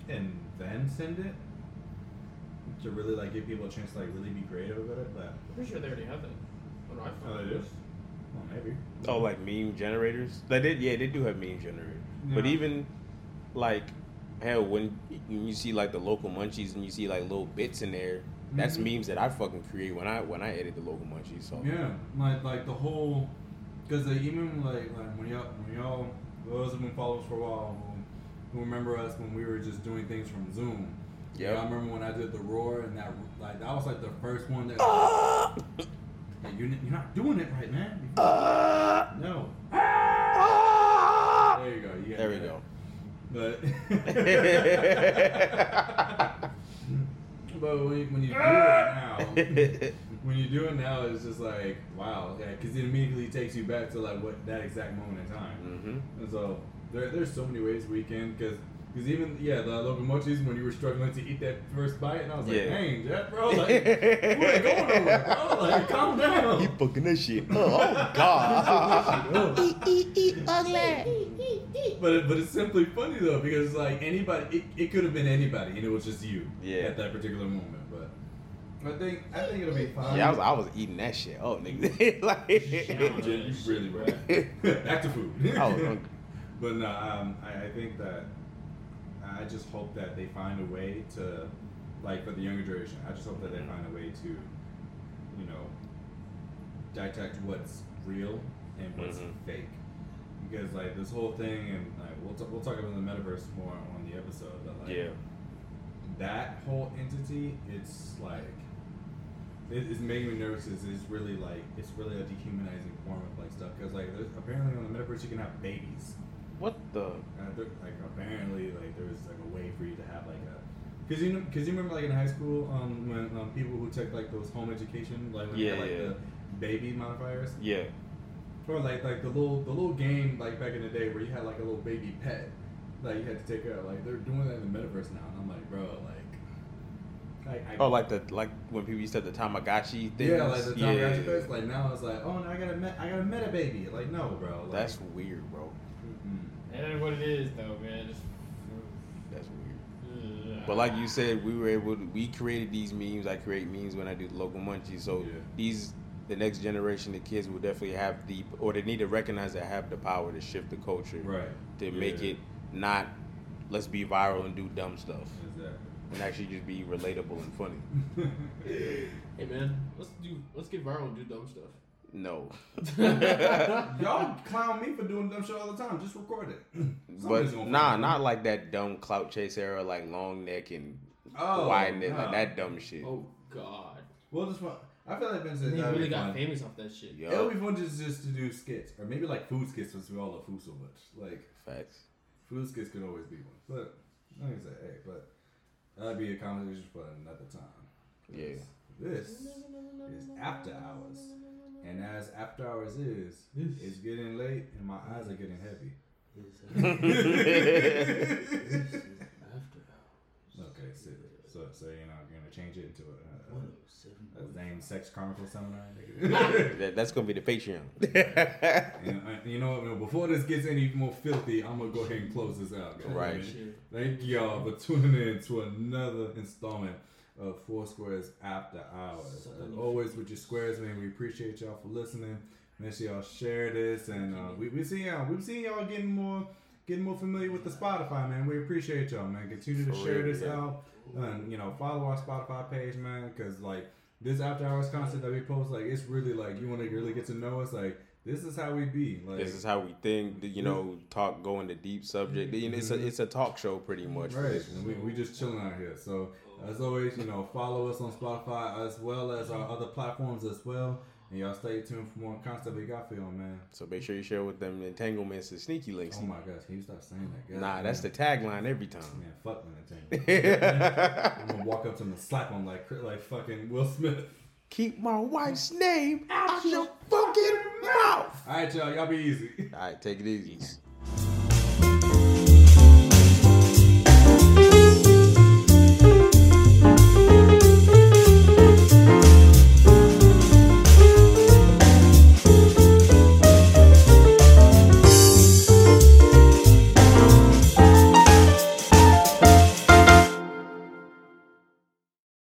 [SPEAKER 2] and then send it to really like give people a chance to like really be creative about it, but
[SPEAKER 3] I'm pretty sure they already have that on iPhone.
[SPEAKER 2] Well maybe.
[SPEAKER 1] Oh, like meme generators. They did. Yeah, they do have meme generators. But
[SPEAKER 2] Yeah.
[SPEAKER 1] even like hell, when when you see like the local munchies and you see like little bits in there, that's
[SPEAKER 2] Mhm.
[SPEAKER 1] memes that I fucking create when I when I edit the local munchies. So
[SPEAKER 2] Yeah, like like the whole, because like, even like like when y'all when y'all those who've been followers for a while um, who, who remember us when we were just doing things from Zoom.
[SPEAKER 1] Yeah.
[SPEAKER 2] Like, I remember when I did the roar and that like that was like the first one that
[SPEAKER 1] Ah!
[SPEAKER 2] like, you're, you're not doing it right, man. You-
[SPEAKER 1] Ah!
[SPEAKER 2] no. There you go. You got
[SPEAKER 1] there we
[SPEAKER 2] it.
[SPEAKER 1] go. Mm-hmm.
[SPEAKER 2] But. but when you, when you do it
[SPEAKER 1] Ah!
[SPEAKER 2] now, when you do it now, it's just like wow, yeah, because it immediately takes you back to like what that exact moment in time.
[SPEAKER 1] hmm
[SPEAKER 2] And so there, there's so many ways we can because. Because even yeah, the locomotives when you were struggling to eat that first bite, and I was like,
[SPEAKER 1] Yeah.
[SPEAKER 2] "Dang, Jeff, bro, like, we ain't going nowhere, bro. Like, calm down."
[SPEAKER 5] You fucking that shit. up. Oh, God.
[SPEAKER 2] But it, but it's simply funny though because like anybody, it, it could have been anybody, and it was just you
[SPEAKER 1] Yeah.
[SPEAKER 2] at that particular moment. But I think I think it'll be fine.
[SPEAKER 1] Yeah, I was, I was eating that shit. Oh, nigga. like,
[SPEAKER 2] Yeah, you really right. Back to food.
[SPEAKER 1] I was hungry.
[SPEAKER 2] But no, um, I, I think that I just hope that they find a way to, like, for the younger generation, I just hope that they find a way to, you know, detect what's real and what's
[SPEAKER 1] Mhm.
[SPEAKER 2] fake. Because like this whole thing, and like we'll t- we'll talk about the metaverse more on the episode, but like
[SPEAKER 1] Yeah.
[SPEAKER 2] that whole entity, it's like it, it's making me nervous. Is it's really like it's really a dehumanizing form of like stuff because like there's, apparently on the metaverse you can have babies.
[SPEAKER 1] What the?
[SPEAKER 2] Uh, there, like apparently like there's like a way for you to have like a because you know because you remember like in high school um when um, people who took like those home education like when they had,
[SPEAKER 1] Yeah,
[SPEAKER 2] like
[SPEAKER 1] yeah.
[SPEAKER 2] the baby modifiers
[SPEAKER 1] Yeah.
[SPEAKER 2] or like like the little the little game like back in the day where you had like a little baby pet that you had to take care of. Like they're doing that in the metaverse now, and I'm like, bro, like, like I,
[SPEAKER 1] Oh, like the like when people used to have the Tamagotchi things.
[SPEAKER 2] yeah, like the Tom yeah. pets. Like now it's like, oh, now I got a met, I got a meta baby. Like no, bro, like,
[SPEAKER 1] That's weird, bro.
[SPEAKER 2] mm-mm.
[SPEAKER 3] That ain't what it is though, man. Just,
[SPEAKER 1] That's weird.
[SPEAKER 3] Ugh.
[SPEAKER 1] But like you said, we were able. To, we created these memes. I create memes when I do the local munchies. So
[SPEAKER 2] Yeah.
[SPEAKER 1] these, the next generation of kids will definitely have the, or they need to recognize they have the power to shift the culture,
[SPEAKER 2] right
[SPEAKER 1] to make
[SPEAKER 2] Yeah.
[SPEAKER 1] it not, let's be viral and do dumb stuff,
[SPEAKER 2] Exactly.
[SPEAKER 1] and actually just be relatable and funny.
[SPEAKER 3] hey man, let's do let's get viral and do dumb stuff.
[SPEAKER 1] No.
[SPEAKER 2] Y'all clown me for doing dumb shit all the time. Just record it. Somebody's
[SPEAKER 1] But
[SPEAKER 2] gonna
[SPEAKER 1] nah,
[SPEAKER 2] find
[SPEAKER 1] not like that dumb clout chase era, like long neck and
[SPEAKER 2] it. oh,
[SPEAKER 1] wide neck,
[SPEAKER 2] nah.
[SPEAKER 1] like that dumb shit.
[SPEAKER 3] oh God,
[SPEAKER 2] We'll just. want- I feel like Vince
[SPEAKER 3] they
[SPEAKER 2] said that
[SPEAKER 3] really got famous off that shit.
[SPEAKER 1] Yup,
[SPEAKER 2] It would be fun just, just to do skits, or maybe like food skits since we all love food so much. Like
[SPEAKER 1] facts.
[SPEAKER 2] food skits could always be one, but like I said, hey, but that'd be a conversation for another time. 'Cause
[SPEAKER 1] Yeah.
[SPEAKER 2] This is after hours, and as after hours is, it's getting late and my eyes are getting heavy. Okay, so so, so you know you're gonna change it into a,
[SPEAKER 3] oh
[SPEAKER 2] a, a name sex chronicle seminar. nigga?
[SPEAKER 1] That, that's gonna be the Patreon.
[SPEAKER 2] And, uh, you know, what, man, before this gets any more filthy, I'm gonna go ahead and close this out. guys.
[SPEAKER 1] Right.
[SPEAKER 3] Shit.
[SPEAKER 2] Thank y'all for tuning in to another installment of Four Squares After Hours. As always with your squares, man. We appreciate y'all for listening. Make sure y'all share this, and uh, we we see y'all. We see y'all getting more getting more familiar with the Spotify, man. We appreciate y'all, man. Continue to
[SPEAKER 1] For
[SPEAKER 2] share
[SPEAKER 1] real,
[SPEAKER 2] this
[SPEAKER 1] yeah.
[SPEAKER 2] out, and you know, follow our Spotify page, man, because like this After Hours content that we post, like it's really like you want to really get to know us, like. This is how we be. Like
[SPEAKER 1] this is how we think. You know, talk go into deep subject. You know, It's a it's a talk show pretty much.
[SPEAKER 2] Right. And we, we just chilling out here. So as always, you know, follow us on Spotify as well as our other platforms as well. And y'all stay tuned for more content we got for y'all, man.
[SPEAKER 1] So make sure you share with them entanglements and sneaky links.
[SPEAKER 2] Oh my gosh, can you stop saying that? God,
[SPEAKER 1] nah, that's the tagline every time.
[SPEAKER 2] man. Fuck Nintendo. I'm gonna walk up to him and slap him like like fucking Will Smith.
[SPEAKER 1] Keep my wife's name out your fucking mouth.
[SPEAKER 2] All right, y'all. Y'all be easy.
[SPEAKER 1] All right, take it easy.